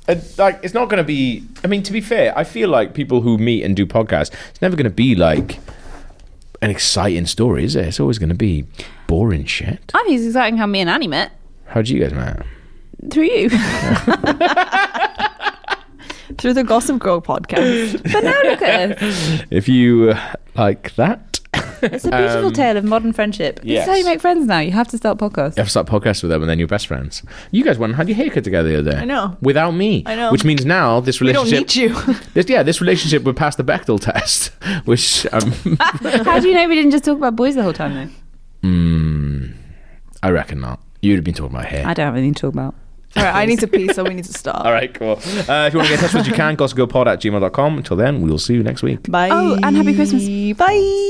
S2: Uh, like, it's not going to be. I mean, to be fair, I feel like people who meet and do podcasts, it's never going to be like an exciting story, is it? It's always going to be boring shit.
S4: I think it's exciting how me and Annie met
S2: How'd you guys met?
S4: through you.
S3: Through the Gossip Girl podcast.
S4: but now look at us.
S2: If you uh, like that,
S4: It's a beautiful tale of modern friendship.
S2: yes.
S4: This is how you make friends now. You have to start podcasts.
S2: you have to start podcasts with them, and then you're best friends. You guys went and had your haircut together the other day.
S3: I know.
S2: Without me.
S3: I know.
S2: Which means now this
S3: We don't
S2: relationship.
S3: need you.
S2: This, yeah, this relationship would pass the Bechtel test, which um,
S4: How do you know we didn't just talk about boys the whole time though?
S2: mm, I reckon not. You'd have been talking about hair.
S4: I don't have anything to talk about.
S3: All right, I need to pee, so we need to stop.
S2: All right, cool. Uh, if you want to get in touch with us, you can, gossipgirlpod at gmail.com. Until then, we will see you next week.
S3: Bye.
S4: Oh, and happy Christmas.
S3: Bye.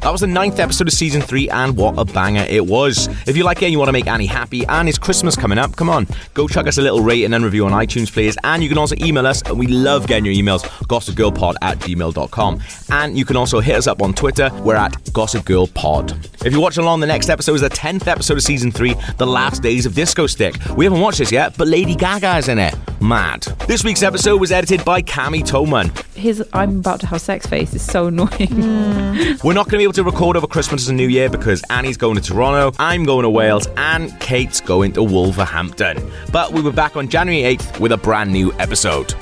S6: That was the ninth episode of season three, and what a banger it was. If you like it and you want to make Annie happy, and it's Christmas coming up, come on, go chuck us a little rate and then review on iTunes, please. And you can also email us, and we love getting your emails, gossipgirlpod at gmail.com. And you can also hit us up on Twitter, we're at gossipgirlpod. If you're watching along, the next episode is the 10th episode of season three, The Last Days of Disco Stick. We haven't watched this yet, but Lady Gaga's in it.
S2: mad. This week's episode was edited by Cami Toman.
S4: His I'm about to have sex face is so annoying.
S2: We're not going to be able to record over Christmas and New Year because Annie's going to Toronto, I'm going to Wales, and Kate's going to Wolverhampton. But we were back on January 8th with a brand new episode.